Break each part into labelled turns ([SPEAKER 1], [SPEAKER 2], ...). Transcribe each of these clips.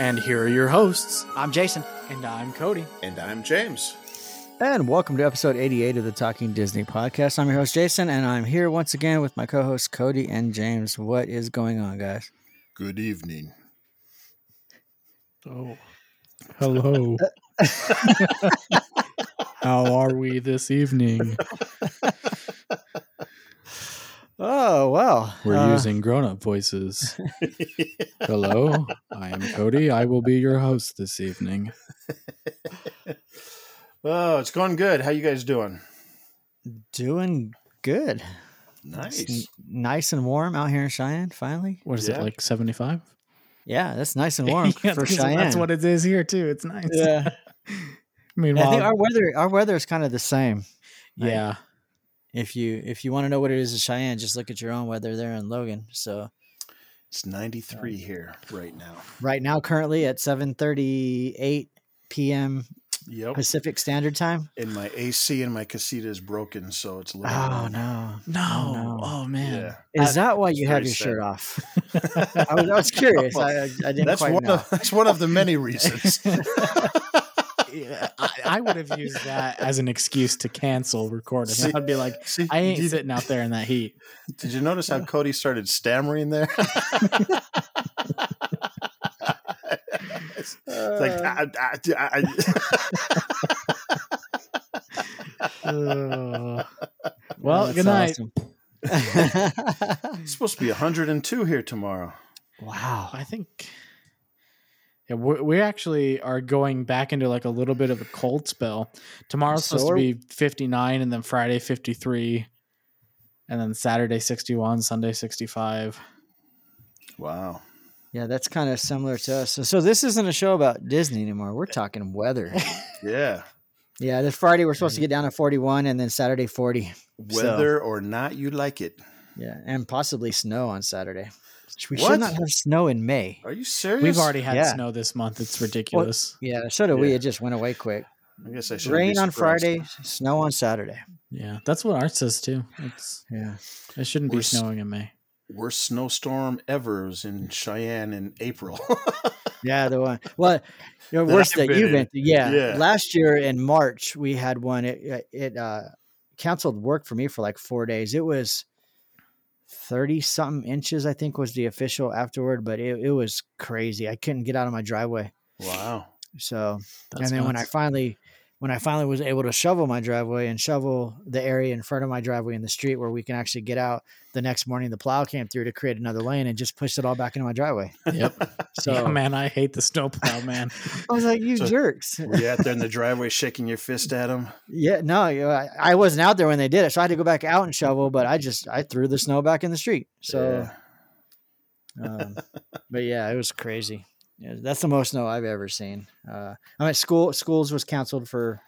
[SPEAKER 1] And here are your hosts.
[SPEAKER 2] I'm Jason.
[SPEAKER 1] And I'm Cody.
[SPEAKER 3] And I'm James.
[SPEAKER 2] And welcome to episode 88 of the Talking Disney podcast. I'm your host, Jason, and I'm here once again with my co hosts, Cody and James. What is going on, guys?
[SPEAKER 3] Good evening.
[SPEAKER 1] Oh, hello. How are we this evening?
[SPEAKER 2] Oh, wow.
[SPEAKER 1] We're
[SPEAKER 2] Uh,
[SPEAKER 1] using grown up voices. hello, I am Cody. I will be your host this evening.
[SPEAKER 3] Oh, it's going good. How you guys doing?
[SPEAKER 2] doing good. It's
[SPEAKER 3] Nice.
[SPEAKER 2] n- nice and warm out here in Cheyenne, finally.
[SPEAKER 1] What is
[SPEAKER 3] Yeah.
[SPEAKER 1] it, like 75?
[SPEAKER 2] Yeah, that's nice and warm for Cheyenne.
[SPEAKER 1] That's what it is here, too. It's nice.
[SPEAKER 2] yeah. And I
[SPEAKER 1] Meanwhile,
[SPEAKER 2] think our weather our weather is kind of the same.
[SPEAKER 1] yeah.
[SPEAKER 2] If you if you want to know what it is in Cheyenne, just look at your own weather there in Logan. So
[SPEAKER 3] It's 93 here right now.
[SPEAKER 2] right now currently at 7:38 p.m.
[SPEAKER 3] Yep.
[SPEAKER 2] Pacific Standard Time.
[SPEAKER 3] And my AC in my casita is broken, so it's a little.
[SPEAKER 2] Oh no.
[SPEAKER 1] No.
[SPEAKER 2] no.
[SPEAKER 1] Oh,
[SPEAKER 3] Yeah.
[SPEAKER 1] man.
[SPEAKER 2] Is that why
[SPEAKER 3] it's
[SPEAKER 2] you have
[SPEAKER 3] very
[SPEAKER 2] your
[SPEAKER 3] sad.
[SPEAKER 2] shirt off? I was, I was curious. I, I didn't
[SPEAKER 3] That's
[SPEAKER 2] quite
[SPEAKER 3] one
[SPEAKER 2] know.
[SPEAKER 3] of that's one of the many reasons.
[SPEAKER 1] Yeah, I, I would have used that as an excuse to cancel recording.
[SPEAKER 3] See-
[SPEAKER 1] I'd be like,
[SPEAKER 3] See,
[SPEAKER 1] I ain't
[SPEAKER 3] did,
[SPEAKER 1] sitting out there in that heat.
[SPEAKER 3] did you notice how Cody started stammering there? it's like I, I, I,
[SPEAKER 1] well,
[SPEAKER 2] Oh,
[SPEAKER 1] good night.
[SPEAKER 2] that's awesome.
[SPEAKER 3] it's supposed to be 102 here tomorrow.
[SPEAKER 2] wow.
[SPEAKER 1] I think yeah, we we actually are going back into like a little bit of a cold spell. Tomorrow's
[SPEAKER 2] So
[SPEAKER 1] supposed
[SPEAKER 2] are-
[SPEAKER 1] to be 59, and then Friday 53, and then Saturday 61, Sunday 65.
[SPEAKER 3] Wow.
[SPEAKER 2] Yeah, that's kind of similar to us. So, so this isn't a show about Disney anymore. We're talking weather.
[SPEAKER 3] Yeah.
[SPEAKER 2] yeah, this Friday we're supposed to get down to 41 and then Saturday 40.
[SPEAKER 3] Whether or not you like it.
[SPEAKER 2] Yeah, and possibly snow on Saturday. We
[SPEAKER 3] What?
[SPEAKER 2] should not have snow in May.
[SPEAKER 3] Are you serious?
[SPEAKER 1] We've already had
[SPEAKER 2] Yeah.
[SPEAKER 1] snow this month. It's ridiculous.
[SPEAKER 2] Yeah, so do we.
[SPEAKER 3] Yeah.
[SPEAKER 2] It just went away quick.
[SPEAKER 3] I guess I should
[SPEAKER 2] Rain on Friday, snow on Saturday.
[SPEAKER 1] Yeah, that's what ours says too. It's,
[SPEAKER 2] Yeah.
[SPEAKER 1] it shouldn't
[SPEAKER 3] We're
[SPEAKER 1] be
[SPEAKER 3] s-
[SPEAKER 1] snowing in May.
[SPEAKER 3] Worst snowstorm ever is in Cheyenne in April.
[SPEAKER 2] Yeah, the one. Well, the
[SPEAKER 3] That
[SPEAKER 2] worst
[SPEAKER 3] I've
[SPEAKER 2] that you've
[SPEAKER 3] been in.
[SPEAKER 2] been. Through. Yeah.
[SPEAKER 3] Yeah.
[SPEAKER 2] last year in March we had one. It it uh, canceled work for me for like four days. It was thirty something inches, I think, was the official afterward. But it, it was crazy. I couldn't get out of my driveway.
[SPEAKER 3] wow.
[SPEAKER 2] So
[SPEAKER 1] That's
[SPEAKER 2] and then when I
[SPEAKER 1] nuts.
[SPEAKER 2] finally when I finally was able to shovel my driveway and shovel the area in front of my driveway in the street where we can actually get out, the next morning the plow came through to create another lane and just pushed it all back into my driveway.
[SPEAKER 1] Yep.
[SPEAKER 2] So
[SPEAKER 1] yeah, man, I hate the snowplow, man.
[SPEAKER 2] I was like, "You
[SPEAKER 3] So-
[SPEAKER 2] jerks!"
[SPEAKER 3] Were you out there in the driveway shaking your fist at him?
[SPEAKER 2] Yeah, no, you know, I, I wasn't out there when they did it, so I had to go back out and shovel. But I just I threw the snow back in the street. So, um, but yeah, it was crazy. Yeah, that's the most snow I've ever seen. Uh, I mean, school schools was canceled for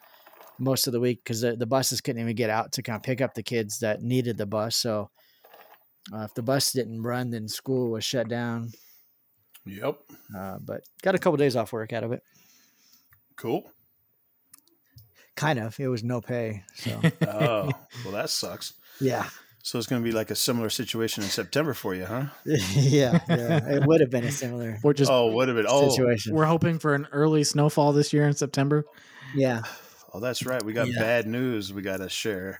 [SPEAKER 2] most of the week because the, the buses couldn't even get out to kind of pick up the kids that needed the bus. So, uh, if the bus didn't run, then school was shut down.
[SPEAKER 3] yep.
[SPEAKER 2] Uh, but got a couple days off work out of it.
[SPEAKER 3] Cool.
[SPEAKER 2] Kind of. It was no pay. So
[SPEAKER 3] Oh, well, that sucks.
[SPEAKER 2] yeah.
[SPEAKER 3] So it's going to be like a similar situation in September for you, huh?
[SPEAKER 2] yeah, yeah, it would have been a similar
[SPEAKER 1] We're just
[SPEAKER 3] oh, what have it? Oh,
[SPEAKER 2] situation.
[SPEAKER 1] we're hoping for an early snowfall this year in September.
[SPEAKER 2] Yeah,
[SPEAKER 3] oh, that's right. We got
[SPEAKER 2] Yeah.
[SPEAKER 3] bad news we got to share.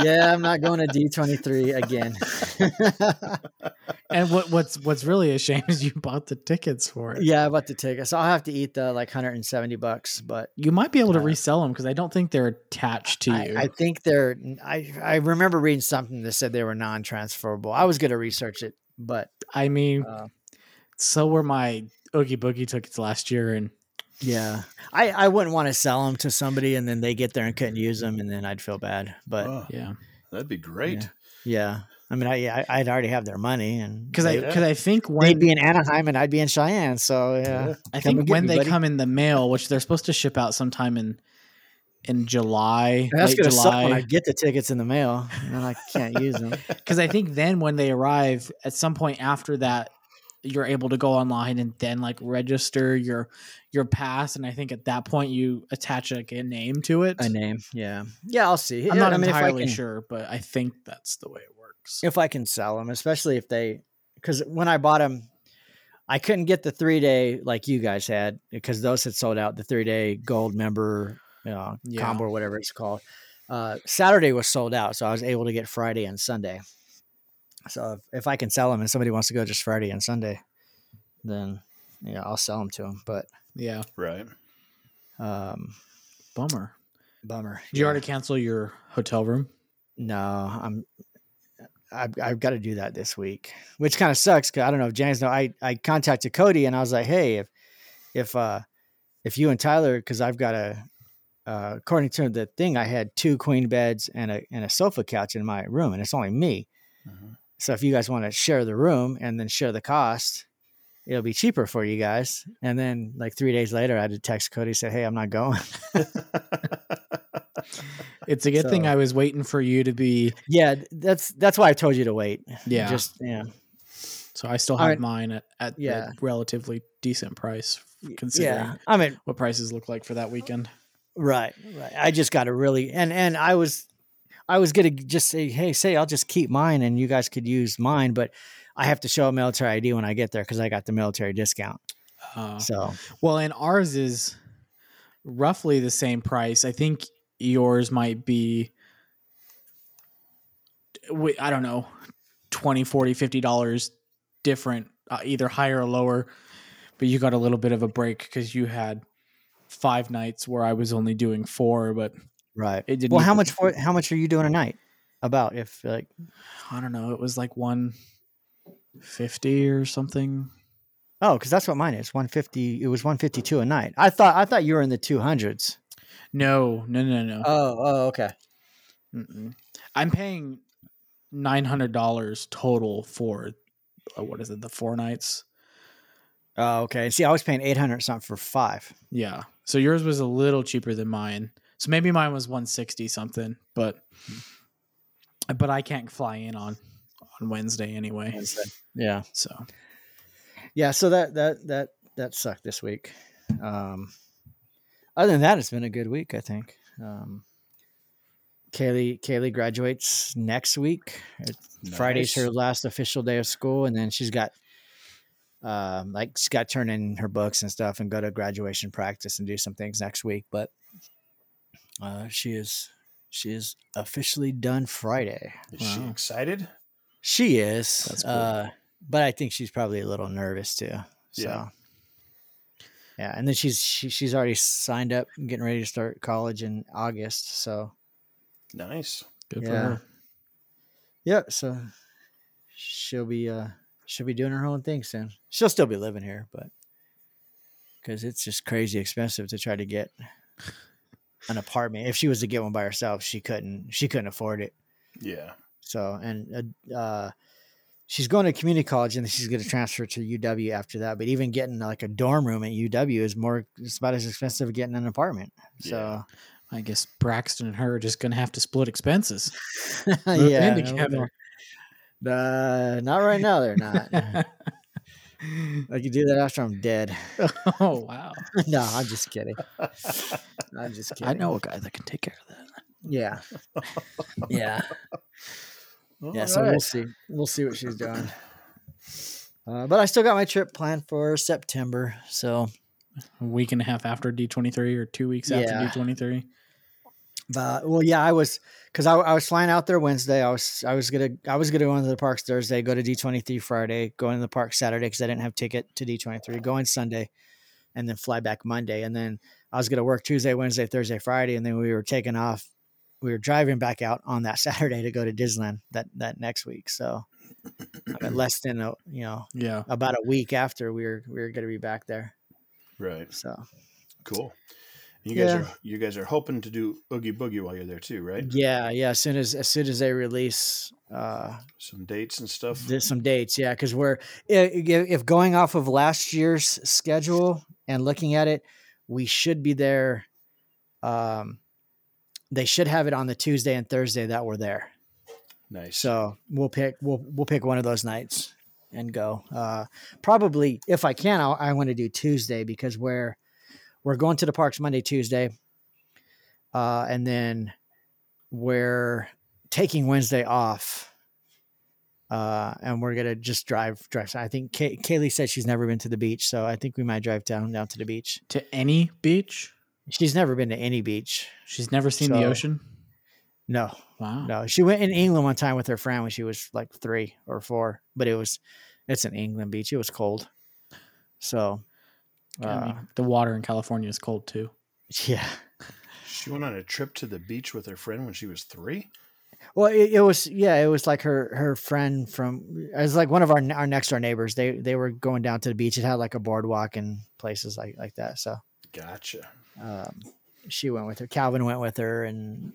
[SPEAKER 2] yeah, I'm not going to D23 again.
[SPEAKER 1] And what what's what's really a shame is you bought the tickets for it.
[SPEAKER 2] yeah, I bought the ticket, so I'll have to eat the like 170 bucks. But
[SPEAKER 1] You might be able to
[SPEAKER 2] Yeah.
[SPEAKER 1] resell them because I don't think they're attached to
[SPEAKER 2] I,
[SPEAKER 1] you.
[SPEAKER 2] I think they're. I I remember reading something that said they were non-transferable. I was going to research it, but
[SPEAKER 1] I, mean,
[SPEAKER 2] uh,
[SPEAKER 1] so were my Oogie Boogie tickets last year, and
[SPEAKER 2] yeah, I I wouldn't want to sell them to somebody and then they get there and couldn't use them, and then I'd feel bad. But
[SPEAKER 3] Oh.
[SPEAKER 1] yeah,
[SPEAKER 3] That'd be great.
[SPEAKER 2] Yeah. I mean, I yeah, I- I'd already have their money, and
[SPEAKER 1] because I
[SPEAKER 2] they-
[SPEAKER 3] Yeah.
[SPEAKER 1] because I think
[SPEAKER 2] they'd
[SPEAKER 1] when
[SPEAKER 2] be in Anaheim and I'd be in Cheyenne. So yeah,
[SPEAKER 1] I
[SPEAKER 2] come
[SPEAKER 1] think
[SPEAKER 2] and get
[SPEAKER 1] when
[SPEAKER 2] me,
[SPEAKER 1] they
[SPEAKER 2] buddy.
[SPEAKER 1] come in the mail, which they're supposed to ship out sometime in in July,
[SPEAKER 2] And that's
[SPEAKER 1] late
[SPEAKER 2] gonna suck when
[SPEAKER 1] July,
[SPEAKER 2] I get the tickets in the mail and then I can't use them.
[SPEAKER 1] because I think then when they arrive at some point after that, you're able to go online and then like register your your pass, and I think at that point you attach like a name to it.
[SPEAKER 2] A name, yeah, yeah. I'll see.
[SPEAKER 1] I'm
[SPEAKER 2] Yeah,
[SPEAKER 1] not
[SPEAKER 2] I mean, if I
[SPEAKER 1] entirely
[SPEAKER 2] can-
[SPEAKER 1] sure, but I think that's the way it works.
[SPEAKER 2] if I can sell them, especially if they, because when I bought them, I couldn't get the three day like you guys had because those had sold out. The three day gold member you know,
[SPEAKER 1] Yeah.
[SPEAKER 2] combo, or whatever it's called. Uh, Saturday was sold out, so I was able to get Friday and Sunday. So if, if I can sell them and somebody wants to go just Friday and Sunday, then yeah, I'll sell them to them. But
[SPEAKER 1] Yeah,
[SPEAKER 3] Right.
[SPEAKER 2] um,
[SPEAKER 1] bummer.
[SPEAKER 2] bummer.
[SPEAKER 1] Did you
[SPEAKER 2] yeah.
[SPEAKER 1] already cancel your hotel room?
[SPEAKER 2] No, I'm. I've, I've got to do that this week, which kind of sucks because I don't know if James. No, I I contacted Cody and I was like, hey, if if uh if you and Tyler, because I've got a uh, according to the thing, I had two queen beds and a and a sofa couch in my room, and it's only me.
[SPEAKER 3] Mhm.
[SPEAKER 2] So if you guys want to share the room and then share the cost, it'll be cheaper for you guys. And then like three days later, I had to text Cody said, hey, I'm not going.
[SPEAKER 1] It's a good thing
[SPEAKER 2] So-
[SPEAKER 1] I was waiting for you to be.
[SPEAKER 2] yeah, that's that's why I told you to wait.
[SPEAKER 1] Yeah,
[SPEAKER 2] just yeah.
[SPEAKER 1] So I still
[SPEAKER 2] All
[SPEAKER 1] have
[SPEAKER 2] right.
[SPEAKER 1] mine at, at
[SPEAKER 2] Yeah.
[SPEAKER 1] a relatively decent price, considering
[SPEAKER 2] Yeah, I mean,
[SPEAKER 1] what prices look like for that weekend.
[SPEAKER 2] right, right. I just got to really and and I was, I was gonna just say, hey, say I'll just keep mine and you guys could use mine, but I have to show a military ID when I get there because I got the military discount.
[SPEAKER 1] Uh,
[SPEAKER 2] So
[SPEAKER 1] well, and ours is roughly the same price. I think yours might be, wi- I don't know, 20 40 $50 dollars different, uh, either higher or lower. But you got a little bit of a break because you had five nights where I was only doing four, but
[SPEAKER 2] right.
[SPEAKER 1] it didn't.
[SPEAKER 2] Well, how
[SPEAKER 1] equal-
[SPEAKER 2] much for how much are you doing a night? About if like
[SPEAKER 1] I don't know. It was like 150 or something.
[SPEAKER 2] oh, because that's what mine is one fifty. It was one fifty two a night. I thought I thought you were in the two hundreds.
[SPEAKER 1] No, no, no, no.
[SPEAKER 2] Oh, oh, okay.
[SPEAKER 1] Mm-mm. I'm paying nine hundred dollars total for uh, what is it? The four nights.
[SPEAKER 2] Oh, okay. See, I was paying eight hundred something for five.
[SPEAKER 1] Yeah. So yours was a little cheaper than mine. So maybe mine was one sixty something, but but I can't fly in on on Wednesday anyway.
[SPEAKER 2] Yeah.
[SPEAKER 1] So
[SPEAKER 2] yeah so that that that that sucked this week um other than that it's been a good week i think um kaylee kaylee graduates next week It's- friday's her
[SPEAKER 3] Nice.
[SPEAKER 2] last official day of school and then she's got um like she's got to turn in her books and stuff and go to graduation practice and do some things next week but uh she is she is officially done friday
[SPEAKER 3] Is she
[SPEAKER 1] Wow.
[SPEAKER 3] excited?
[SPEAKER 2] she is.
[SPEAKER 1] That's cool.
[SPEAKER 2] Uh, but I think she's probably a little nervous too. So.
[SPEAKER 3] Yeah.
[SPEAKER 2] Yeah. and then she's she, she's already signed up, and getting ready to start college in August. So
[SPEAKER 3] Nice.
[SPEAKER 1] good for
[SPEAKER 2] Yeah.
[SPEAKER 1] her.
[SPEAKER 2] yeah, so she'll be uh she'll be doing her own thing soon. She'll still be living here, but because it's just crazy expensive to try to get an apartment. If she was to get one by herself, she couldn't she couldn't afford it.
[SPEAKER 3] Yeah.
[SPEAKER 2] So, and uh, uh, she's going to community college, and then she's going to transfer to UW after that. But even getting like a dorm room at UW is more, it's about as expensive as getting an apartment.
[SPEAKER 3] Yeah.
[SPEAKER 2] So,
[SPEAKER 1] I guess Braxton and her are just gonna have to split expenses.
[SPEAKER 2] yeah,
[SPEAKER 1] Move in
[SPEAKER 2] no,
[SPEAKER 1] together.
[SPEAKER 2] no. Uh, not right now. They're not. I could do that after I'm dead.
[SPEAKER 1] oh wow!
[SPEAKER 2] no, I'm just kidding. I'm just kidding.
[SPEAKER 1] I know a guy that can take care of that.
[SPEAKER 2] Yeah. Yeah. Yeah, so we'll see. We'll see what she's doing. Uh, but I still got my trip planned for September. So
[SPEAKER 1] A week and a half after D twenty three, or two weeks after
[SPEAKER 2] Yeah.
[SPEAKER 1] D twenty three.
[SPEAKER 2] But well, yeah, I was because I, I was flying out there Wednesday. I was I was gonna I was gonna go into the parks Thursday, go to D twenty three Friday, go into the park Saturday because I didn't have ticket to D twenty three, go in Sunday, and then fly back Monday, and then I was gonna work Tuesday, Wednesday, Thursday, Friday, and then we were taking off. We were driving back out on that Saturday to go to Disneyland that that next week. So I mean, less than a you know
[SPEAKER 1] Yeah.
[SPEAKER 2] about a week after we were we were gonna be back there.
[SPEAKER 3] Right.
[SPEAKER 2] So
[SPEAKER 3] Cool. You guys
[SPEAKER 2] Yeah.
[SPEAKER 3] are you guys are hoping to do Oogie Boogie while you're there too, right?
[SPEAKER 2] Yeah, yeah. As soon as as soon as they release uh
[SPEAKER 3] Some dates and stuff.
[SPEAKER 2] there's some dates, yeah, because we're i- i- if going off of last year's schedule and looking at it, we should be there. Um, they should have it on the Tuesday and Thursday that we're there.
[SPEAKER 3] nice.
[SPEAKER 2] So we'll pick we'll we'll pick one of those nights and go. Uh, probably if I can, I'll, I want to do Tuesday because we're we're going to the parks Monday, Tuesday, uh, and then we're taking Wednesday off. Uh, and we're gonna just drive drive. I think Kay- Kaylee said she's never been to the beach, so I think we might drive down down to the beach.
[SPEAKER 1] To any beach?
[SPEAKER 2] She's never been to any beach.
[SPEAKER 1] She's never seen the
[SPEAKER 2] So-
[SPEAKER 1] ocean?
[SPEAKER 2] No,
[SPEAKER 1] Wow.
[SPEAKER 2] No, she went in England one time with her friend when she was like three or four, but it was it's an England beach. It was cold, so
[SPEAKER 1] I mean,
[SPEAKER 2] uh,
[SPEAKER 1] the water in California is cold too.
[SPEAKER 2] yeah.
[SPEAKER 3] she went on a trip to the beach with her friend when she was three.
[SPEAKER 2] Well, it, it was yeah, it was like her her friend from it was like one of our our next door neighbors. They they were going down to the beach. It had like a boardwalk and places like like that. So
[SPEAKER 3] Gotcha.
[SPEAKER 2] um, she went with her. Calvin went with her, and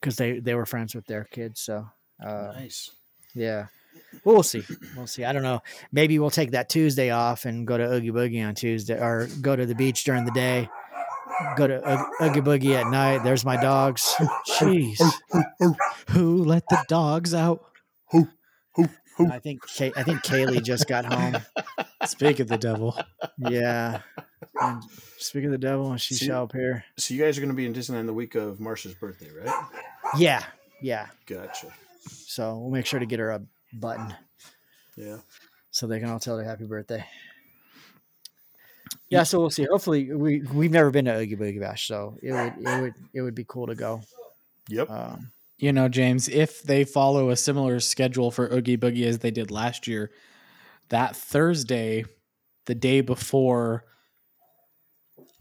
[SPEAKER 2] because they they were friends with their kids, so. Uh,
[SPEAKER 3] nice.
[SPEAKER 2] Yeah. Well, we'll see. We'll see. I don't know. Maybe we'll take that Tuesday off and go to Oogie Boogie on Tuesday or go to the beach during the day. Go to Oog- Oogie Boogie at night. There's my dogs. Jeez.
[SPEAKER 1] Who let the dogs out?
[SPEAKER 2] I think Kay- I think Kaylee just got home.
[SPEAKER 1] Speak of the devil.
[SPEAKER 2] Yeah. And speak of the devil and she
[SPEAKER 3] See?
[SPEAKER 2] shall appear.
[SPEAKER 3] So you guys are going to be in Disneyland the week of Marsha's birthday, right?
[SPEAKER 2] Yeah. Yeah.
[SPEAKER 3] Gotcha.
[SPEAKER 2] So we'll make sure to get her a button
[SPEAKER 3] Yeah.
[SPEAKER 2] so they can all tell her happy birthday. Yeah, so we'll see. Hopefully, we we've never been to Oogie Boogie Bash, so it would it would it would be cool to go.
[SPEAKER 3] Yep.
[SPEAKER 2] Um,
[SPEAKER 1] You know, James, if they follow a similar schedule for Oogie Boogie as they did last year, that Thursday, the day before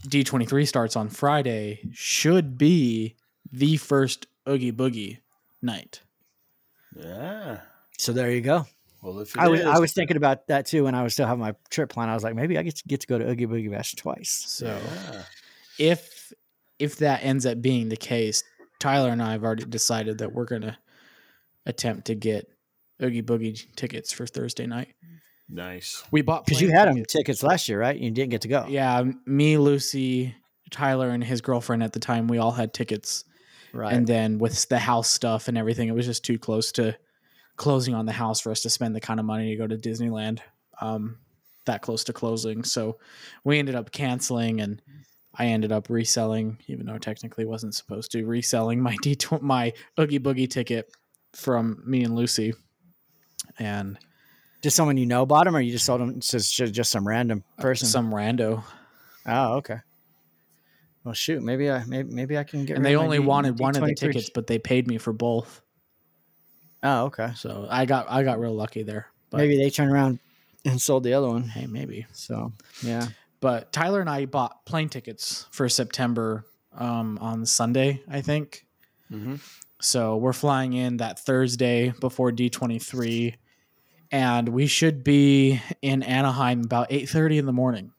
[SPEAKER 1] D23 starts on Friday, should be the first Oogie Boogie night.
[SPEAKER 3] yeah.
[SPEAKER 2] so there you go.
[SPEAKER 3] Well, if it
[SPEAKER 2] I was
[SPEAKER 3] is-
[SPEAKER 2] I was thinking about that too when I was still having my trip plan. I was like, maybe I get to get to go to Oogie Boogie Bash twice.
[SPEAKER 1] So
[SPEAKER 3] Yeah.
[SPEAKER 1] if if that ends up being the case, Tyler and I have already decided that we're gonna attempt to get Oogie Boogie tickets for Thursday night.
[SPEAKER 3] Nice.
[SPEAKER 1] We bought
[SPEAKER 2] Because you
[SPEAKER 1] plane
[SPEAKER 2] had them
[SPEAKER 1] tickets.
[SPEAKER 2] tickets last year, right? You didn't get to go.
[SPEAKER 1] Yeah, me, Lucy, Tyler, and his girlfriend at the time, we all had tickets.
[SPEAKER 2] right.
[SPEAKER 1] And then with the house stuff and everything, it was just too close to closing on the house for us to spend the kind of money to go to Disneyland um, that close to closing. So we ended up canceling, and I ended up reselling, even though I technically wasn't supposed to, reselling my D my Oogie Boogie ticket from me and Lucy. And
[SPEAKER 2] just someone you know bought them, or you just sold them to just, just some random person.
[SPEAKER 1] Uh, some rando,
[SPEAKER 2] oh, okay. Well, shoot, maybe I maybe, maybe I can get.
[SPEAKER 1] and
[SPEAKER 2] rid
[SPEAKER 1] they
[SPEAKER 2] of my
[SPEAKER 1] only
[SPEAKER 2] D-
[SPEAKER 1] wanted one of the
[SPEAKER 2] D23s.
[SPEAKER 1] tickets, but they paid me for both.
[SPEAKER 2] Oh, okay.
[SPEAKER 1] So I got I got real lucky there. But
[SPEAKER 2] maybe they turned around and sold the other one.
[SPEAKER 1] hey, maybe.
[SPEAKER 2] So yeah,
[SPEAKER 1] But Tyler and I bought plane tickets for September um, on Sunday, I think.
[SPEAKER 3] Mm-hmm.
[SPEAKER 1] So we're flying in that Thursday before D twenty three, and we should be in Anaheim about eight thirty in the morning.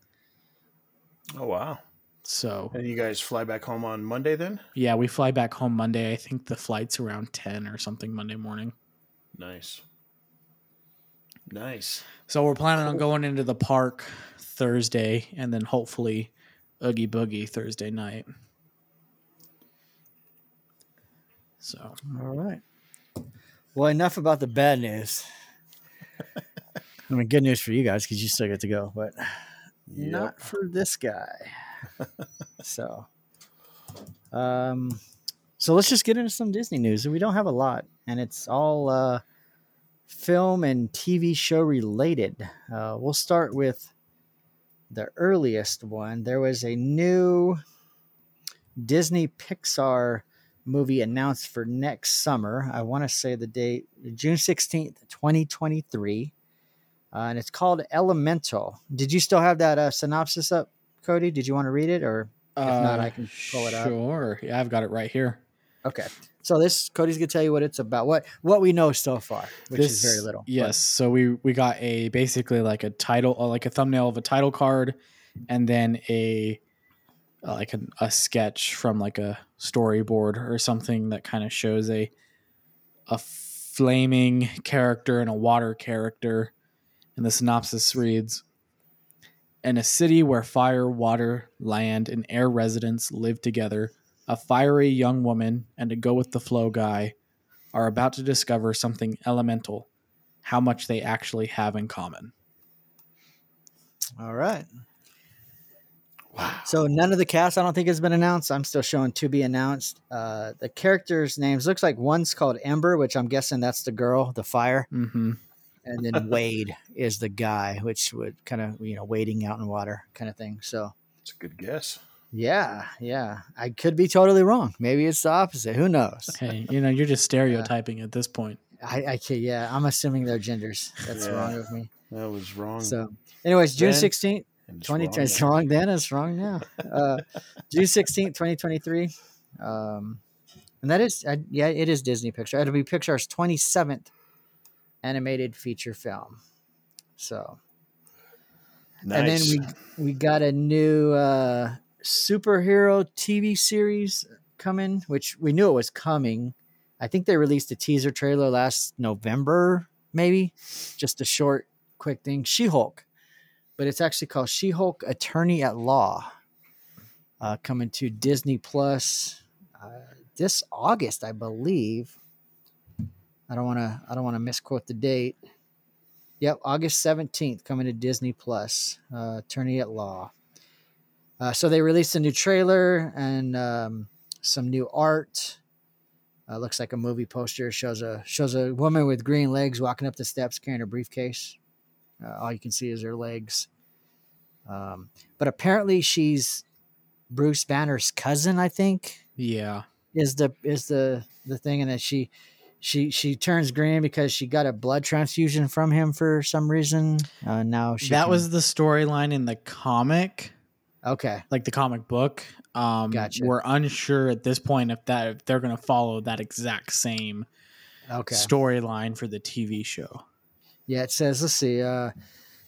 [SPEAKER 3] Oh wow.
[SPEAKER 1] So
[SPEAKER 3] And you guys fly back home on Monday then?
[SPEAKER 1] yeah, we fly back home Monday. I think the flight's around ten or something Monday morning.
[SPEAKER 3] Nice. Nice.
[SPEAKER 1] So we're planning on going into the park Thursday, and then hopefully Oogie Boogie Thursday night. So
[SPEAKER 2] all right. Well, enough about the bad news. I mean, good news for you guys because you still get to go, but not for this guy. so, um, so let's just get into some Disney news. We don't have a lot, and it's all uh, film and TV show related. Uh, we'll start with the earliest one. There was a new Disney Pixar movie announced for next summer. I want to say the date June 16th, 2023. Uh, and it's called Elemental. Did you still have that uh, synopsis up, Cody? Did you want to read it or
[SPEAKER 1] if
[SPEAKER 2] not, I can pull it up.
[SPEAKER 1] Uh, Sure, yeah, I've got it right here.
[SPEAKER 2] okay. So this Cody's going to tell you what it's about. What what we know so far, which is
[SPEAKER 1] This-
[SPEAKER 2] very little. but-
[SPEAKER 1] Yes, so we we got a basically like a title, uh, like a thumbnail of a title card, and then a uh, like an, a sketch from like a storyboard or something that kind of shows a a flaming character and a water character and the synopsis reads in a city where fire water land and air residents live together a fiery young woman and a go with the flow guy are about to discover something elemental how much they actually have in common
[SPEAKER 2] All right.
[SPEAKER 3] Wow.
[SPEAKER 2] So none of the cast, I don't think, has been announced. I'm still showing to be announced. Uh, the characters' names looks like one's called Ember, which I'm guessing that's the girl, the fire,
[SPEAKER 1] mm-hmm.
[SPEAKER 2] and then Wade is the guy, which would kind of you know wading out in water kind of thing. So
[SPEAKER 3] That's a good guess.
[SPEAKER 2] yeah, yeah, I could be totally wrong. Maybe it's the opposite. Who knows?
[SPEAKER 1] hey you know you're just stereotyping at this point
[SPEAKER 2] I, I can, yeah, I'm assuming they're genders. That's
[SPEAKER 3] Yeah.
[SPEAKER 2] wrong of me.
[SPEAKER 3] That was wrong.
[SPEAKER 2] So, anyways, June
[SPEAKER 3] Then-
[SPEAKER 2] 16th,
[SPEAKER 3] and it's
[SPEAKER 2] 20
[SPEAKER 3] wrong
[SPEAKER 2] it's
[SPEAKER 3] now.
[SPEAKER 2] wrong then it's wrong now uh june 16th 2023 um and that is uh, yeah it is disney picture it'll be pixar's 27th animated feature film so and then
[SPEAKER 3] Nice.
[SPEAKER 2] we we got a new uh superhero tv series coming which we knew it was coming i think they released a teaser trailer last november maybe just a short quick thing she-hulk but it's actually called she-hulk attorney at law uh, coming to disney plus uh, this august i believe i don't want to i don't want to misquote the date Yep, August 17th, coming to Disney Plus, uh, Attorney at Law. Uh, so they released a new trailer and um, some new art. Uh, looks like a movie poster shows a shows a woman with green legs walking up the steps carrying a briefcase. Uh, all you can see is her legs. Um, but apparently she's Bruce Banner's cousin, I think
[SPEAKER 1] yeah
[SPEAKER 2] is the is the the thing and that she she she turns green because she got a blood transfusion from him for some reason uh now she
[SPEAKER 1] that
[SPEAKER 2] can-
[SPEAKER 1] was the storyline in the comic
[SPEAKER 2] okay
[SPEAKER 1] like the comic book. Um,
[SPEAKER 2] Gotcha.
[SPEAKER 1] We're unsure at this point if that if they're going to follow that exact same
[SPEAKER 2] okay
[SPEAKER 1] storyline for the TV show.
[SPEAKER 2] yeah it says let's see uh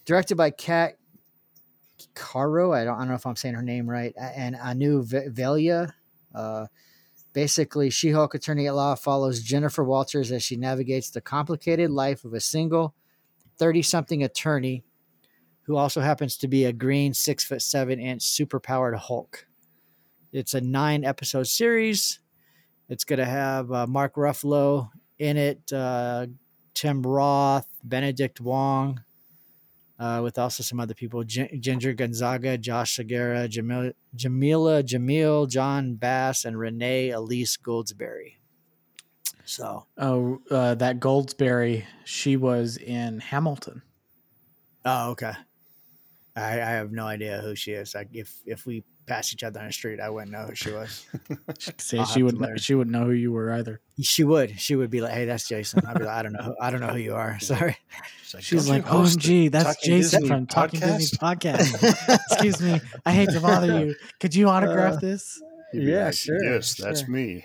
[SPEAKER 2] directed by kat caro i don't, I don't know if i'm saying her name right a- and anu Ve- velia uh Basically, She Hulk Attorney at Law follows Jennifer Walters as she navigates the complicated life of a single 30 something attorney who also happens to be a green six foot seven inch super powered Hulk. It's a nine episode series. It's going to have uh, Mark Ruffalo in it, uh, Tim Roth, Benedict Wong, uh, with also some other people Gin- Ginger Gonzaga, Josh Segura, Jamil- Jamila Jamil, John Bass, and Renee Elise Goldsberry. So,
[SPEAKER 1] Oh, uh, that Goldsberry, she was in Hamilton.
[SPEAKER 2] oh, okay. I, I have no idea who she is. Like, if if we pass each other on the street, I wouldn't know who she was.
[SPEAKER 1] She could say
[SPEAKER 2] I'll have
[SPEAKER 1] she
[SPEAKER 2] to
[SPEAKER 1] wouldn't
[SPEAKER 2] learn.
[SPEAKER 1] know, she wouldn't know who you were either.
[SPEAKER 2] She would. She would be like, "Hey, that's Jason." I'd be like, "I don't know. Who, I don't know who you are." Sorry.
[SPEAKER 3] It's
[SPEAKER 1] She's
[SPEAKER 3] don't you
[SPEAKER 1] like, "Oh,
[SPEAKER 3] host the
[SPEAKER 1] "OMG, that's
[SPEAKER 3] Talking
[SPEAKER 1] Jason
[SPEAKER 3] Disney
[SPEAKER 1] from Talking Disney Podcast."
[SPEAKER 2] yeah,
[SPEAKER 1] Excuse me, I hate to bother you. Could you
[SPEAKER 2] Uh.
[SPEAKER 1] autograph this?
[SPEAKER 3] You'd be like,
[SPEAKER 2] sure.
[SPEAKER 3] Yes, that's
[SPEAKER 2] sure.
[SPEAKER 3] me.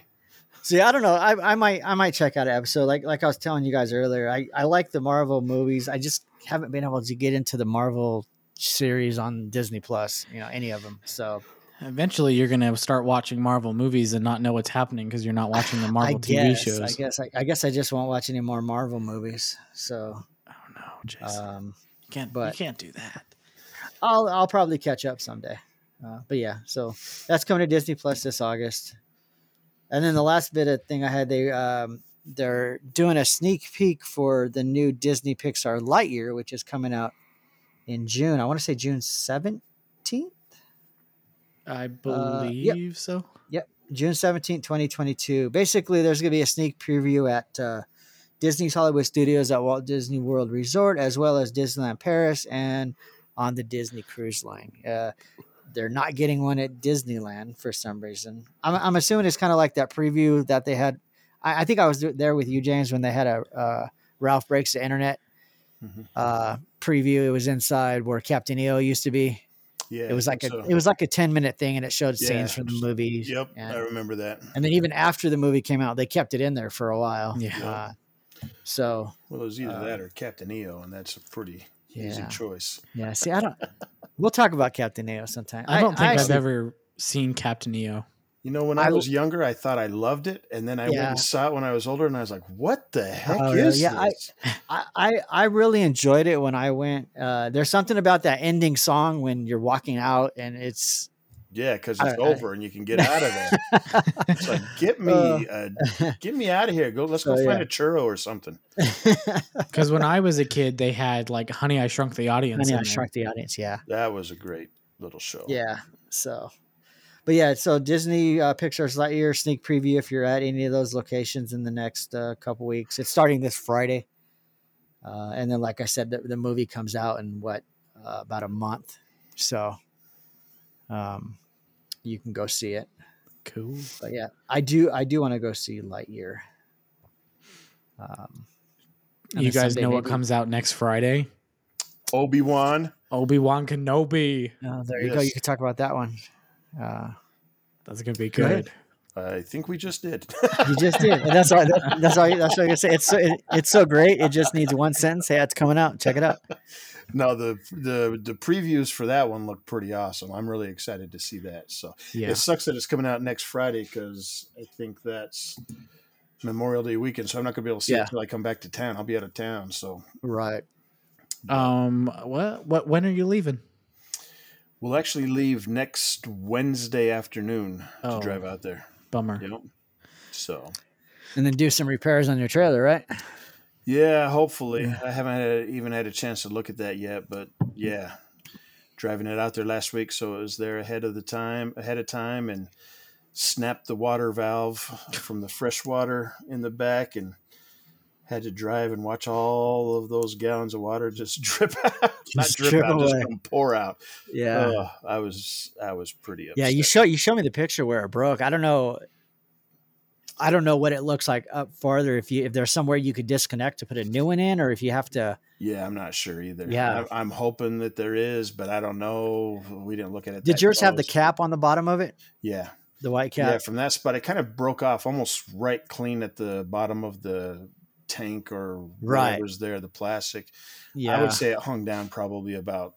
[SPEAKER 2] See, I don't know. I, I might I might check out an episode. Like like I was telling you guys earlier, I, I like the Marvel movies. I just haven't been able to get into the Marvel series on Disney Plus. You know, any of them. So
[SPEAKER 1] Eventually, you're gonna start watching Marvel movies and not know what's happening because you're not watching the Marvel
[SPEAKER 2] I
[SPEAKER 1] TV
[SPEAKER 2] guess,
[SPEAKER 1] shows.
[SPEAKER 2] I guess I, I guess I just won't watch any more Marvel movies. So
[SPEAKER 1] Oh no, Jason,
[SPEAKER 2] um,
[SPEAKER 1] you can't
[SPEAKER 2] but-
[SPEAKER 1] you can't do that.
[SPEAKER 2] I'll I'll probably catch up someday. Uh, but yeah, so that's coming to Disney Plus this August. And then the last bit of thing I had, they um, they're doing a sneak peek for the new Disney Pixar Lightyear, which is coming out in June. I want to say June seventeenth.
[SPEAKER 1] I
[SPEAKER 2] uh, yep.
[SPEAKER 1] believe so.
[SPEAKER 2] June 17, 2022. Basically, there's going to be a sneak preview at uh, Disney's Hollywood Studios at Walt Disney World Resort, as well as Disneyland Paris and on the Disney Cruise Line. Uh, they're not getting one at Disneyland for some reason. I'm, I'm assuming it's kind of like that preview that they had. I, I think I was there with you, James, when they had a uh, Ralph Breaks the Internet
[SPEAKER 3] Mhm.
[SPEAKER 2] uh, preview. It was inside where Captain EO used to be.
[SPEAKER 3] Yeah,
[SPEAKER 2] It was
[SPEAKER 3] I
[SPEAKER 2] like a
[SPEAKER 3] think so.
[SPEAKER 2] it was like a 10 minute thing, and it showed
[SPEAKER 3] Yeah,
[SPEAKER 2] scenes from the movies.
[SPEAKER 3] Yep,
[SPEAKER 2] and-
[SPEAKER 3] I remember that.
[SPEAKER 2] and then even after the movie came out, they kept it in there for a while.
[SPEAKER 1] Yeah.
[SPEAKER 2] Uh, so
[SPEAKER 3] Well, it was either
[SPEAKER 2] Uh,
[SPEAKER 3] that or Captain EO, and that's a pretty easy
[SPEAKER 2] yeah,
[SPEAKER 3] choice.
[SPEAKER 2] yeah. See, I don't. We'll talk about Captain AO sometime.
[SPEAKER 1] I don't think I have
[SPEAKER 2] actually-
[SPEAKER 1] ever seen Captain EO.
[SPEAKER 3] You know, when I,
[SPEAKER 2] I
[SPEAKER 3] was younger, I thought I loved it, and then I went
[SPEAKER 2] Yeah.
[SPEAKER 3] and saw it when I was older, and I was like, "What the heck
[SPEAKER 2] Oh,
[SPEAKER 3] is
[SPEAKER 2] yeah, I-
[SPEAKER 3] this?"
[SPEAKER 2] I, I I really enjoyed it when I went. Uh, there's something about that ending song when you're walking out, and it's
[SPEAKER 3] yeah, because
[SPEAKER 2] I-
[SPEAKER 3] it's
[SPEAKER 2] I-
[SPEAKER 3] over, and you can get out of there. it's like, get me, uh, get me out of here. Go, let's go
[SPEAKER 2] Oh. So,
[SPEAKER 3] find
[SPEAKER 2] yeah.
[SPEAKER 3] a churro or something.
[SPEAKER 1] Because when I was a kid, they had like Honey I Shrunk the Audience.
[SPEAKER 2] Honey,
[SPEAKER 1] in
[SPEAKER 2] I
[SPEAKER 1] there.
[SPEAKER 2] shrunk the audience. Yeah,
[SPEAKER 3] That was a great little show.
[SPEAKER 2] yeah. So, but yeah, so Disney uh, Pixar's Lightyear sneak preview. If you're at any of those locations in the next uh, couple weeks, it's starting this Friday, uh, and then like I said, the, the movie comes out in what uh, about a month, so um, you can go see it.
[SPEAKER 1] Cool.
[SPEAKER 2] but yeah, I do I do want to go see Lightyear. Um, and
[SPEAKER 1] you
[SPEAKER 2] then
[SPEAKER 1] guys
[SPEAKER 2] someday
[SPEAKER 1] know what
[SPEAKER 2] maybe-
[SPEAKER 1] comes out next Friday?
[SPEAKER 3] Obi Wan.
[SPEAKER 1] Obi Wan Kenobi.
[SPEAKER 2] Oh, there you go. You
[SPEAKER 3] Yes.
[SPEAKER 2] can talk about that one. Uh,
[SPEAKER 1] That's gonna be
[SPEAKER 2] Go ahead.
[SPEAKER 1] good.
[SPEAKER 3] I think we just did.
[SPEAKER 2] you just did. And that's all. That's, that's all. That's all I can say. It's so, it, it's so great. It just needs one sentence. Hey, it's coming out. Check it out.
[SPEAKER 3] no, the the the previews for that one look pretty awesome. I'm really excited to see that. So
[SPEAKER 1] Yeah.
[SPEAKER 3] it sucks that it's coming out next Friday because I think that's Memorial Day weekend. So I'm not going to be able to see it
[SPEAKER 2] Yeah.
[SPEAKER 3] until I come back to town. I'll be out of town. So
[SPEAKER 2] Right.
[SPEAKER 1] Um. What? What? When are you leaving?
[SPEAKER 3] we'll actually leave next Wednesday afternoon
[SPEAKER 1] Oh.
[SPEAKER 3] to drive out there.
[SPEAKER 1] Bummer.
[SPEAKER 3] Yep. So
[SPEAKER 2] And then do some repairs on your trailer, right?
[SPEAKER 3] yeah, hopefully I haven't had, even had a chance to look at that yet, but yeah, driving it out there last week, so it was there ahead of the time, ahead of time, and snapped the water valve from the fresh water in the back, and had to drive and watch all of those gallons of water just drip out, not
[SPEAKER 2] Just
[SPEAKER 3] drip,
[SPEAKER 2] drip
[SPEAKER 3] out, just
[SPEAKER 2] away.
[SPEAKER 3] come pour out.
[SPEAKER 2] Yeah.
[SPEAKER 3] Ugh, I was, I was pretty upset.
[SPEAKER 2] yeah. You show you show me the picture where it broke. I don't know. I don't know what it looks like up farther. If you if there's somewhere you could disconnect to put a new one in, or if you have to.
[SPEAKER 3] Yeah, I'm not sure either.
[SPEAKER 2] Yeah.
[SPEAKER 3] I, I'm hoping that there is, but I don't know. We didn't look at it.
[SPEAKER 2] Did
[SPEAKER 3] that
[SPEAKER 2] yours have the
[SPEAKER 3] close.
[SPEAKER 2] cap on the bottom of it?
[SPEAKER 3] Yeah,
[SPEAKER 2] The white
[SPEAKER 3] yeah,
[SPEAKER 2] cap.
[SPEAKER 3] From that spot, it kind of broke off, almost right clean at the bottom of the tank or
[SPEAKER 2] Right.
[SPEAKER 3] whatever's there, the plastic.
[SPEAKER 2] Yeah,
[SPEAKER 3] I would say it hung down probably about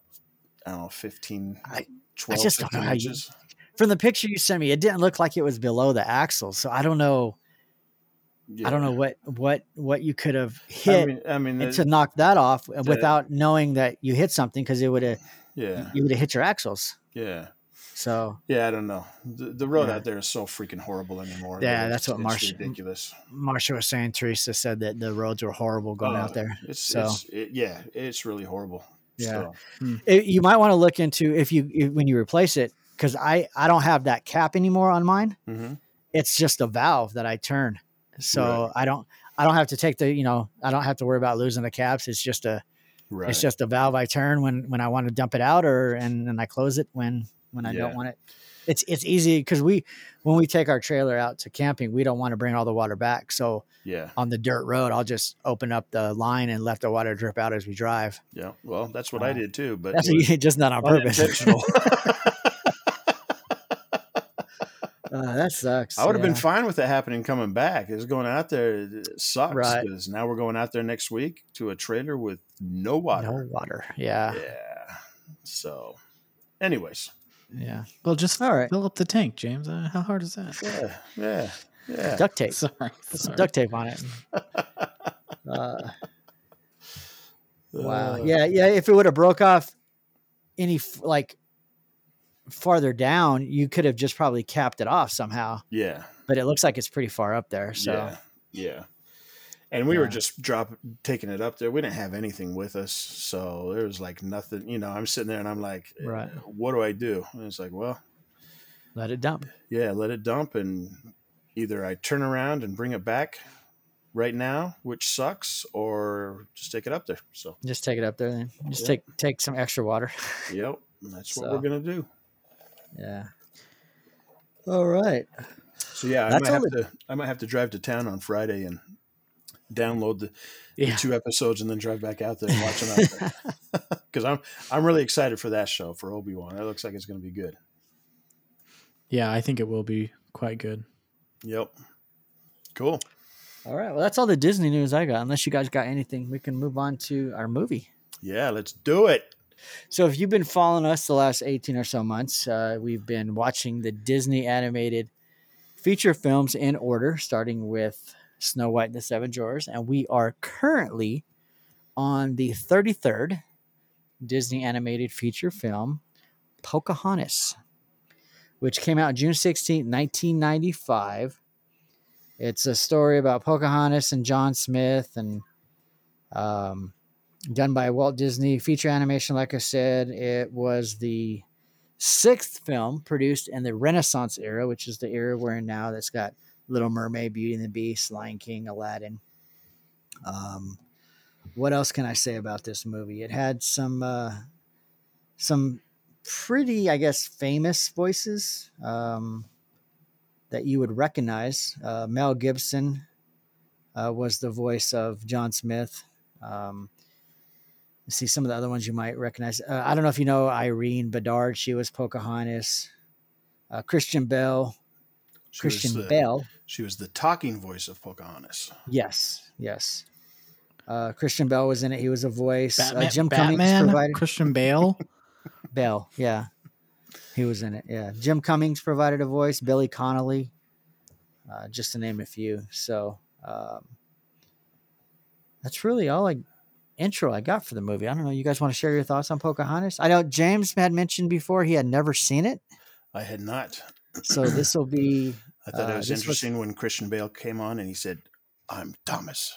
[SPEAKER 3] I don't know 15,
[SPEAKER 2] I-
[SPEAKER 3] 12,
[SPEAKER 2] just don't know
[SPEAKER 3] 15
[SPEAKER 2] how you-
[SPEAKER 3] inches.
[SPEAKER 2] from the picture you sent me, it didn't look like it was below the axle. So I don't know. I don't know what what what you could have
[SPEAKER 3] Yeah. I
[SPEAKER 2] hit
[SPEAKER 3] mean, I mean, the-
[SPEAKER 2] to knock that off uh, without knowing that you hit something because it would have
[SPEAKER 3] yeah,
[SPEAKER 2] you would have hit your axles.
[SPEAKER 3] yeah,
[SPEAKER 2] So
[SPEAKER 3] yeah. I don't know. The, the road
[SPEAKER 2] Yeah.
[SPEAKER 3] out there is so freaking horrible anymore.
[SPEAKER 2] Yeah,
[SPEAKER 3] that
[SPEAKER 2] that's what
[SPEAKER 3] it's
[SPEAKER 2] Marsh-
[SPEAKER 3] ridiculous.
[SPEAKER 2] Marsha was saying, Teresa said that the roads were horrible going
[SPEAKER 3] Oh,
[SPEAKER 2] out there.
[SPEAKER 3] It's,
[SPEAKER 2] So-
[SPEAKER 3] it's it, yeah, it's really horrible.
[SPEAKER 2] Yeah.
[SPEAKER 3] So,
[SPEAKER 2] It- you might want to look into if you if, when you replace it because I I don't have that cap anymore on mine.
[SPEAKER 3] mhm.
[SPEAKER 2] It's just a valve that I turn, so I don't I don't have to take the you know I don't have to worry about losing the caps. It's just a
[SPEAKER 3] right.
[SPEAKER 2] It's just a valve I turn when when I want to dump it out, or and then I close it when when I don't
[SPEAKER 3] Yeah.
[SPEAKER 2] want it. It's it's easy because we when we take our trailer out to camping, we don't want to bring all the water back. So
[SPEAKER 3] yeah,
[SPEAKER 2] on the dirt road, I'll just open up the line and let the water drip out as we drive.
[SPEAKER 3] yeah. Well, that's what I
[SPEAKER 2] Uh,
[SPEAKER 3] did too, but
[SPEAKER 2] That's
[SPEAKER 3] it was
[SPEAKER 2] just not on purpose.
[SPEAKER 3] unintentional.
[SPEAKER 2] Uh, that sucks.
[SPEAKER 3] I would have
[SPEAKER 2] yeah.
[SPEAKER 3] been fine with it happening coming back. It's going out there it sucks
[SPEAKER 2] Right.
[SPEAKER 3] because now we're going out there next week to a trailer with no water.
[SPEAKER 2] No water. Yeah,
[SPEAKER 3] Yeah. So, anyways,
[SPEAKER 2] yeah.
[SPEAKER 1] Well, just
[SPEAKER 2] All right.
[SPEAKER 1] fill up the tank, James. Uh, how hard is that?
[SPEAKER 3] yeah, yeah, yeah.
[SPEAKER 2] Duct tape.
[SPEAKER 1] Sorry.
[SPEAKER 2] Put some
[SPEAKER 1] sorry.
[SPEAKER 2] duct tape on it. Uh, Wow.
[SPEAKER 3] Uh,
[SPEAKER 2] Yeah, yeah. If it would have broke off any f- like farther down, you could have just probably capped it off somehow.
[SPEAKER 3] yeah,
[SPEAKER 2] But it looks like it's pretty far up there. So
[SPEAKER 3] yeah, yeah. And we were
[SPEAKER 2] Yeah.
[SPEAKER 3] just drop taking it up there. We didn't have anything with us, so there was like nothing. You know, I'm sitting there and I'm like,
[SPEAKER 2] Right.
[SPEAKER 3] "What do I do?" And it's like, well,
[SPEAKER 2] let it dump.
[SPEAKER 3] yeah, let it dump and either I turn around and bring it back right now, which sucks, or just take it up there. So,
[SPEAKER 2] Just take it up there. Then just
[SPEAKER 3] Yeah.
[SPEAKER 2] take take some extra water.
[SPEAKER 3] yep, that's what
[SPEAKER 2] So.
[SPEAKER 3] we're gonna do.
[SPEAKER 2] Yeah. All right.
[SPEAKER 3] So yeah, I
[SPEAKER 2] That's
[SPEAKER 3] might
[SPEAKER 2] all
[SPEAKER 3] have
[SPEAKER 2] it-
[SPEAKER 3] to I might have to drive to town on Friday and download the, the
[SPEAKER 1] Yeah.
[SPEAKER 3] two episodes and then drive back out there and watch them out there. Because I'm I'm really excited for that show for Obi Wan. That looks like it's gonna be good.
[SPEAKER 1] Yeah, I think it will be quite good.
[SPEAKER 3] Yep. Cool.
[SPEAKER 2] All right. Well, that's all the Disney news I got. Unless you guys got anything, we can move on to our movie.
[SPEAKER 3] Yeah, let's do it.
[SPEAKER 2] So if you've been following us the last 18 or so months, uh, we've been watching the Disney animated feature films in order, starting with Snow White and the Seven Dwarfs, and we are currently on the 33rd Disney animated feature film, Pocahontas, which came out June 16, 1995. It's a story about Pocahontas and John Smith and um, done by Walt Disney feature animation. Like I said, it was the sixth film produced in the Renaissance era, which is the era we're in now. That's got Little Mermaid, Beauty and the Beast, Lion King, Aladdin. Um, what else can I say about this movie? It had some uh, some pretty, I guess, famous voices um, that you would recognize. Uh, Mel Gibson uh, was the voice of John Smith. Um, let's see some of the other ones you might recognize. Uh, I don't know if you know Irene Bedard. She was Pocahontas. Uh, Christian Bell.
[SPEAKER 3] She
[SPEAKER 2] Christian
[SPEAKER 3] was the,
[SPEAKER 2] Bell.
[SPEAKER 3] She was the talking voice of Pocahontas.
[SPEAKER 2] Yes. Yes. Uh, Christian Bell was in it. He was a voice.
[SPEAKER 1] Batman,
[SPEAKER 2] uh, Jim Cummings
[SPEAKER 1] Batman
[SPEAKER 2] provided
[SPEAKER 1] Christian Bale.
[SPEAKER 2] Bell. Yeah. He was in it. Yeah. Jim Cummings provided a voice. Billy Connolly, uh, just to name a few. So um, that's really all I intro I got for the movie. I don't know. You guys want to share your thoughts on Pocahontas? I know James had mentioned before he had never seen it.
[SPEAKER 3] I had not.
[SPEAKER 2] So this will be.
[SPEAKER 3] I thought
[SPEAKER 2] Uh,
[SPEAKER 3] it was
[SPEAKER 2] this was-
[SPEAKER 3] interesting when Christian Bale came on and he said, "I'm Thomas."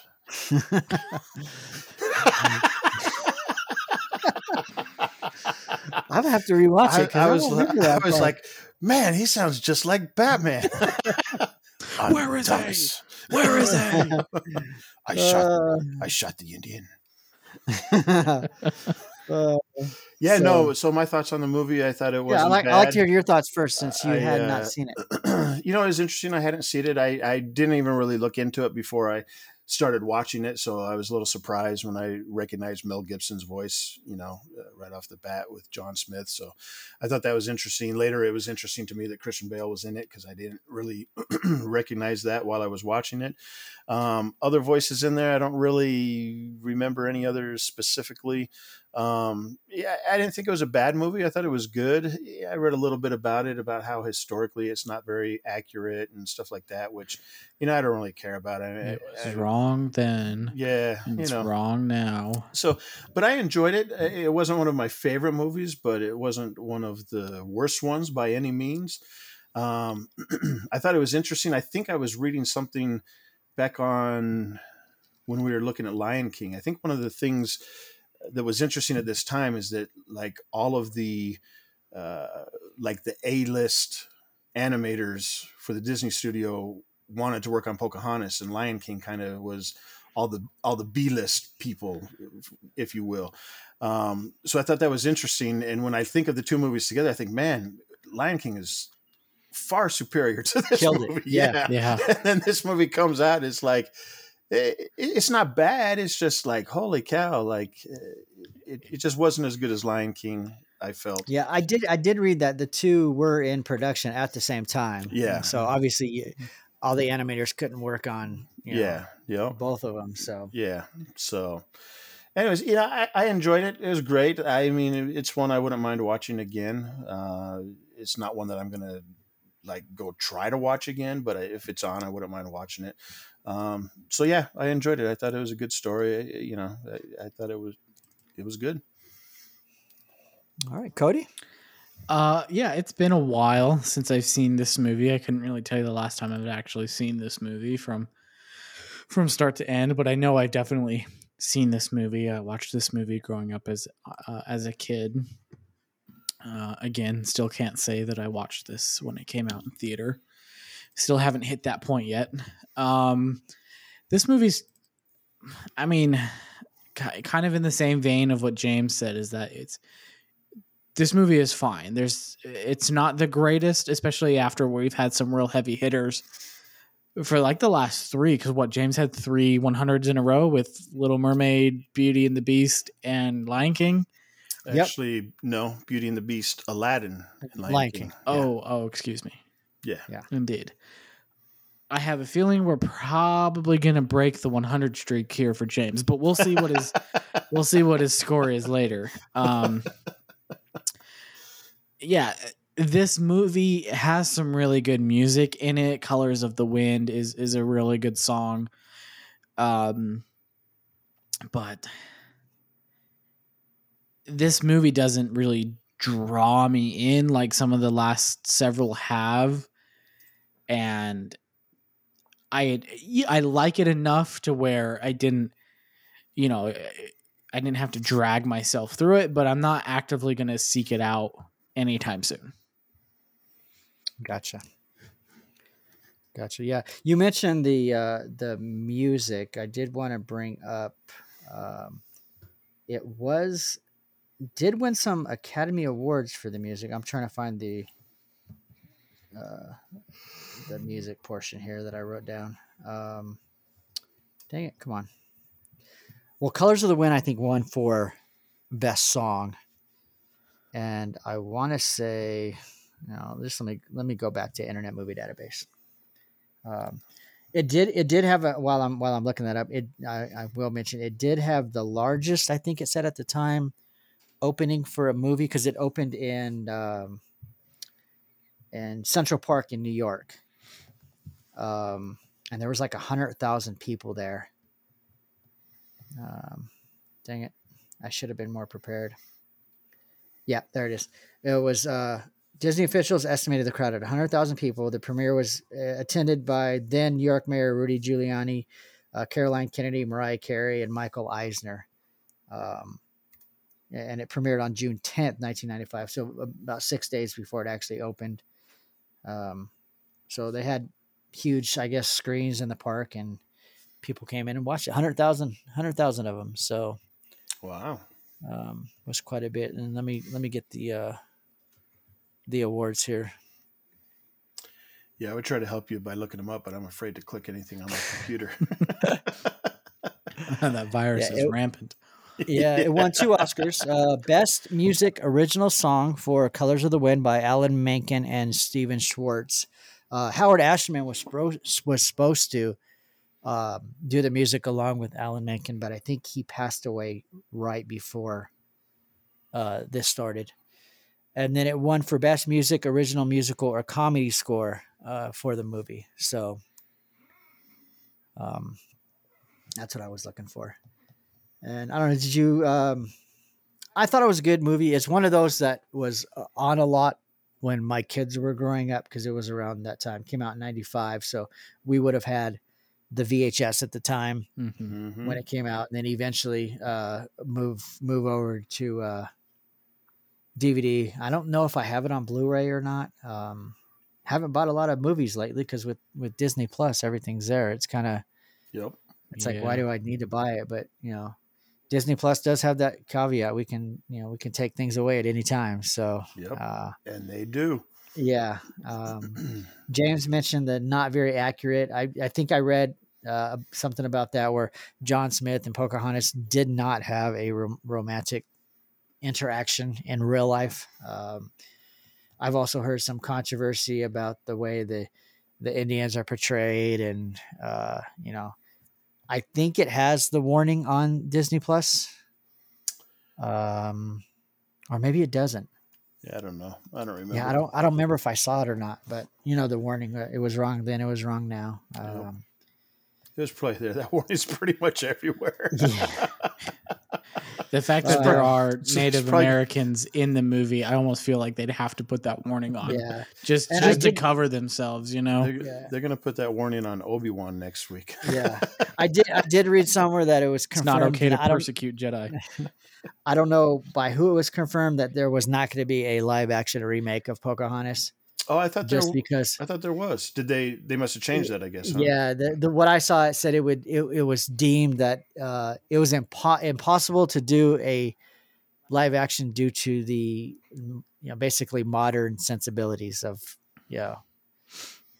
[SPEAKER 2] I would have to rewatch
[SPEAKER 3] I,
[SPEAKER 2] it. 'cause
[SPEAKER 3] I was,
[SPEAKER 2] won't
[SPEAKER 3] li-
[SPEAKER 2] remember
[SPEAKER 3] I
[SPEAKER 2] that
[SPEAKER 3] was
[SPEAKER 2] part.
[SPEAKER 3] like, "Man, he sounds just like Batman." I'm
[SPEAKER 1] Where is he?
[SPEAKER 3] Thomas.
[SPEAKER 1] Where is it?
[SPEAKER 3] I shot. I shot the Indian.
[SPEAKER 2] Uh, uh,
[SPEAKER 3] Yeah,
[SPEAKER 2] So-
[SPEAKER 3] no. So my thoughts on the movie, I thought it was.
[SPEAKER 2] yeah, I like. I like to hear your thoughts first, since you
[SPEAKER 3] I,
[SPEAKER 2] had
[SPEAKER 3] uh,
[SPEAKER 2] not seen it.
[SPEAKER 3] you know, it's interesting. I hadn't seen it. I, I didn't even really look into it before I started watching it. So I was a little surprised when I recognized Mel Gibson's voice, you know, uh, right off the bat with John Smith. So I thought that was interesting. Later, it was interesting to me that Christian Bale was in it because I didn't really recognize that while I was watching it. Um, other voices in there, I don't really remember any others specifically. Um, yeah, I didn't think it was a bad movie. I thought it was good. Yeah, I read a little bit about it about how historically it's not very accurate and stuff like that, which you know I don't really care about. I,
[SPEAKER 1] It was
[SPEAKER 3] I-
[SPEAKER 1] wrong then.
[SPEAKER 3] Yeah,
[SPEAKER 1] and
[SPEAKER 3] you
[SPEAKER 1] it's
[SPEAKER 3] know.
[SPEAKER 1] wrong now.
[SPEAKER 3] So, but I enjoyed it. Uh, It wasn't one of my favorite movies, but it wasn't one of the worst ones by any means. Um, I thought it was interesting. I think I was reading something back on when we were looking at Lion King. I think one of the things that was interesting at this time is that like all of the uh, like the A list animators for the Disney studio wanted to work on Pocahontas, and Lion King kind of was all the all the B list people, if you will. Um, so I thought that was interesting. And when I think of the two movies together, I think, man, Lion King is far superior to this
[SPEAKER 2] Killed it.
[SPEAKER 3] movie.
[SPEAKER 2] Yeah.
[SPEAKER 1] Yeah.
[SPEAKER 3] and then this movie comes out it's like it, it's not bad it's just like holy cow like uh, it, it just wasn't as good as lion king i felt
[SPEAKER 2] Yeah, I did. I did read that the two were in production at the same time.
[SPEAKER 3] Yeah.
[SPEAKER 2] So obviously, you, all the animators couldn't work on. You know,
[SPEAKER 3] yeah yeah
[SPEAKER 2] Both of them. So
[SPEAKER 3] yeah so anyways you know I, I enjoyed it it was great i mean it's one i wouldn't mind watching again uh it's not one that i'm gonna like go try to watch again but I, if it's on i wouldn't mind watching it um so yeah i enjoyed it i thought it was a good story I- you know i, I thought it was it was good
[SPEAKER 2] all right, Cody.
[SPEAKER 1] Uh, yeah, it's been a while since I've seen this movie. I couldn't really tell you the last time I've actually seen this movie from from start to end, but I know I've definitely seen this movie. I watched this movie growing up as uh, as a kid. Uh, again, still can't say that I watched this when it came out in theater. Still haven't hit that point yet. Um, this movie's, I mean, ki- kind of in the same vein of what James said, is that it's this movie is fine. There's it's not the greatest, especially after we've had some real heavy hitters for like the last three. Because what James had three 100s in a row with Little Mermaid, Beauty and the Beast, and Lion King.
[SPEAKER 2] Yep.
[SPEAKER 3] Actually, no. Beauty and the Beast, Aladdin, and Lion,
[SPEAKER 2] Lion
[SPEAKER 3] King.
[SPEAKER 2] King.
[SPEAKER 3] Yeah.
[SPEAKER 1] Oh, oh, excuse me.
[SPEAKER 3] Yeah.
[SPEAKER 2] Yeah.
[SPEAKER 1] Indeed. I have a feeling we're probably gonna break the 100 streak here for James, but we'll see what his we'll see what his score is later. Um, yeah, this movie has some really good music in it. "Colors of the Wind" is is a really good song, um, but this movie doesn't really draw me in like some of the last several have, and I I like it enough to where I didn't, you know, I didn't have to drag myself through it, but I'm not actively going to seek it out anytime soon.
[SPEAKER 2] Gotcha. Gotcha. Yeah. You mentioned the uh the music. I did want to bring up um it was did win some Academy Awards for the music. I'm trying to find the uh the music portion here that I wrote down. Um dang it, come on. Well, Colors of the Wind I think won for best song. And I want to say no, just let me let me go back to Internet Movie Database. Um, it did it did have a while I'm while I'm looking that up. It I, I will mention it did have the largest I think it said at the time opening for a movie because it opened in um, in Central Park in New York, um, and there was like a hundred thousand people there. Um, dang it, I should have been more prepared. Yeah, there it is. It was uh, Disney officials estimated the crowd at 100,000 people. The premiere was uh, attended by then New York Mayor Rudy Giuliani, uh, Caroline Kennedy, Mariah Carey, and Michael Eisner. Um, and it premiered on June 10th, 1995. So about six days before it actually opened. Um, so they had huge, I guess, screens in the park, and people came in and watched it 100,000 100,000 of them. So
[SPEAKER 3] Wow.
[SPEAKER 2] um, was quite a bit. And let me let me get the uh, the awards here.
[SPEAKER 3] Yeah, I would try to help you by looking them up, but I'm afraid to click anything on my computer.
[SPEAKER 1] that virus
[SPEAKER 2] Yeah,
[SPEAKER 1] is
[SPEAKER 2] it-
[SPEAKER 1] rampant.
[SPEAKER 2] yeah, it won two Oscars. Uh, Best Music Original Song for Colors of the Wind by Alan Menken and Steven Schwartz. Uh, Howard Ashman was, spro- was supposed to uh, do the music along with Alan Menken, but I think he passed away right before uh, this started. And then it won for Best Music Original Musical or Comedy Score uh, for the movie. So um, that's what I was looking for. And I don't know, did you? Um, I thought it was a good movie. It's one of those that was uh, on a lot when my kids were growing up because it was around that time. Came out in '95, so we would have had the VHS at the time
[SPEAKER 1] Mhm.
[SPEAKER 3] Mhm.
[SPEAKER 2] when it came out, and then eventually uh, move move over to uh, DVD. I don't know if I have it on Blu-ray or not. Um, haven't bought a lot of movies lately because with with Disney Plus, everything's there. It's kind of
[SPEAKER 3] Yep.
[SPEAKER 2] it's like, why
[SPEAKER 1] Yeah.
[SPEAKER 2] do I need to buy it? But you know, Disney Plus does have that caveat. We can, you know, we can take things away at any time. So,
[SPEAKER 3] Yep.
[SPEAKER 2] uh,
[SPEAKER 3] and they do.
[SPEAKER 2] yeah. Um, James mentioned the not very accurate. I, I think I read uh, something about that where John Smith and Pocahontas did not have a rom- romantic interaction in real life. Um, I've also heard some controversy about the way the the Indians are portrayed, and uh, you know, I think it has the warning on Disney Plus, um, or maybe it doesn't.
[SPEAKER 3] Yeah, I don't know. I don't remember.
[SPEAKER 2] Yeah, I don't. I don't remember if I saw it or not, but you know the warning. uh, It was wrong then. It was wrong now. Um,
[SPEAKER 3] It was probably there. That warning's pretty much everywhere.
[SPEAKER 2] Yeah.
[SPEAKER 1] The fact
[SPEAKER 2] Uh,
[SPEAKER 1] that there are
[SPEAKER 3] it's
[SPEAKER 1] Native
[SPEAKER 3] probably-
[SPEAKER 1] Americans in the movie, I almost feel like they'd have to put that warning on
[SPEAKER 2] yeah,
[SPEAKER 1] just
[SPEAKER 2] And I
[SPEAKER 1] just to
[SPEAKER 2] did-
[SPEAKER 1] cover themselves, you know.
[SPEAKER 3] They're,
[SPEAKER 2] Yeah.
[SPEAKER 3] they're going to put that warning on Obi Wan next week.
[SPEAKER 2] yeah. I did. I did read somewhere that it was
[SPEAKER 1] It's
[SPEAKER 2] confirmed.
[SPEAKER 1] not okay to
[SPEAKER 2] I don't.
[SPEAKER 1] persecute Jedi.
[SPEAKER 2] I don't know by who it was confirmed that there was not going to be a live action remake of Pocahontas,
[SPEAKER 3] Oh, I thought there.
[SPEAKER 2] just because.
[SPEAKER 3] I thought there was. Did they? They must have changed that. I guess. Huh?
[SPEAKER 2] Yeah, the, the what I saw it said it would. It, it was deemed that uh, it was impo- impossible to do a live action due to the you know basically modern sensibilities of you know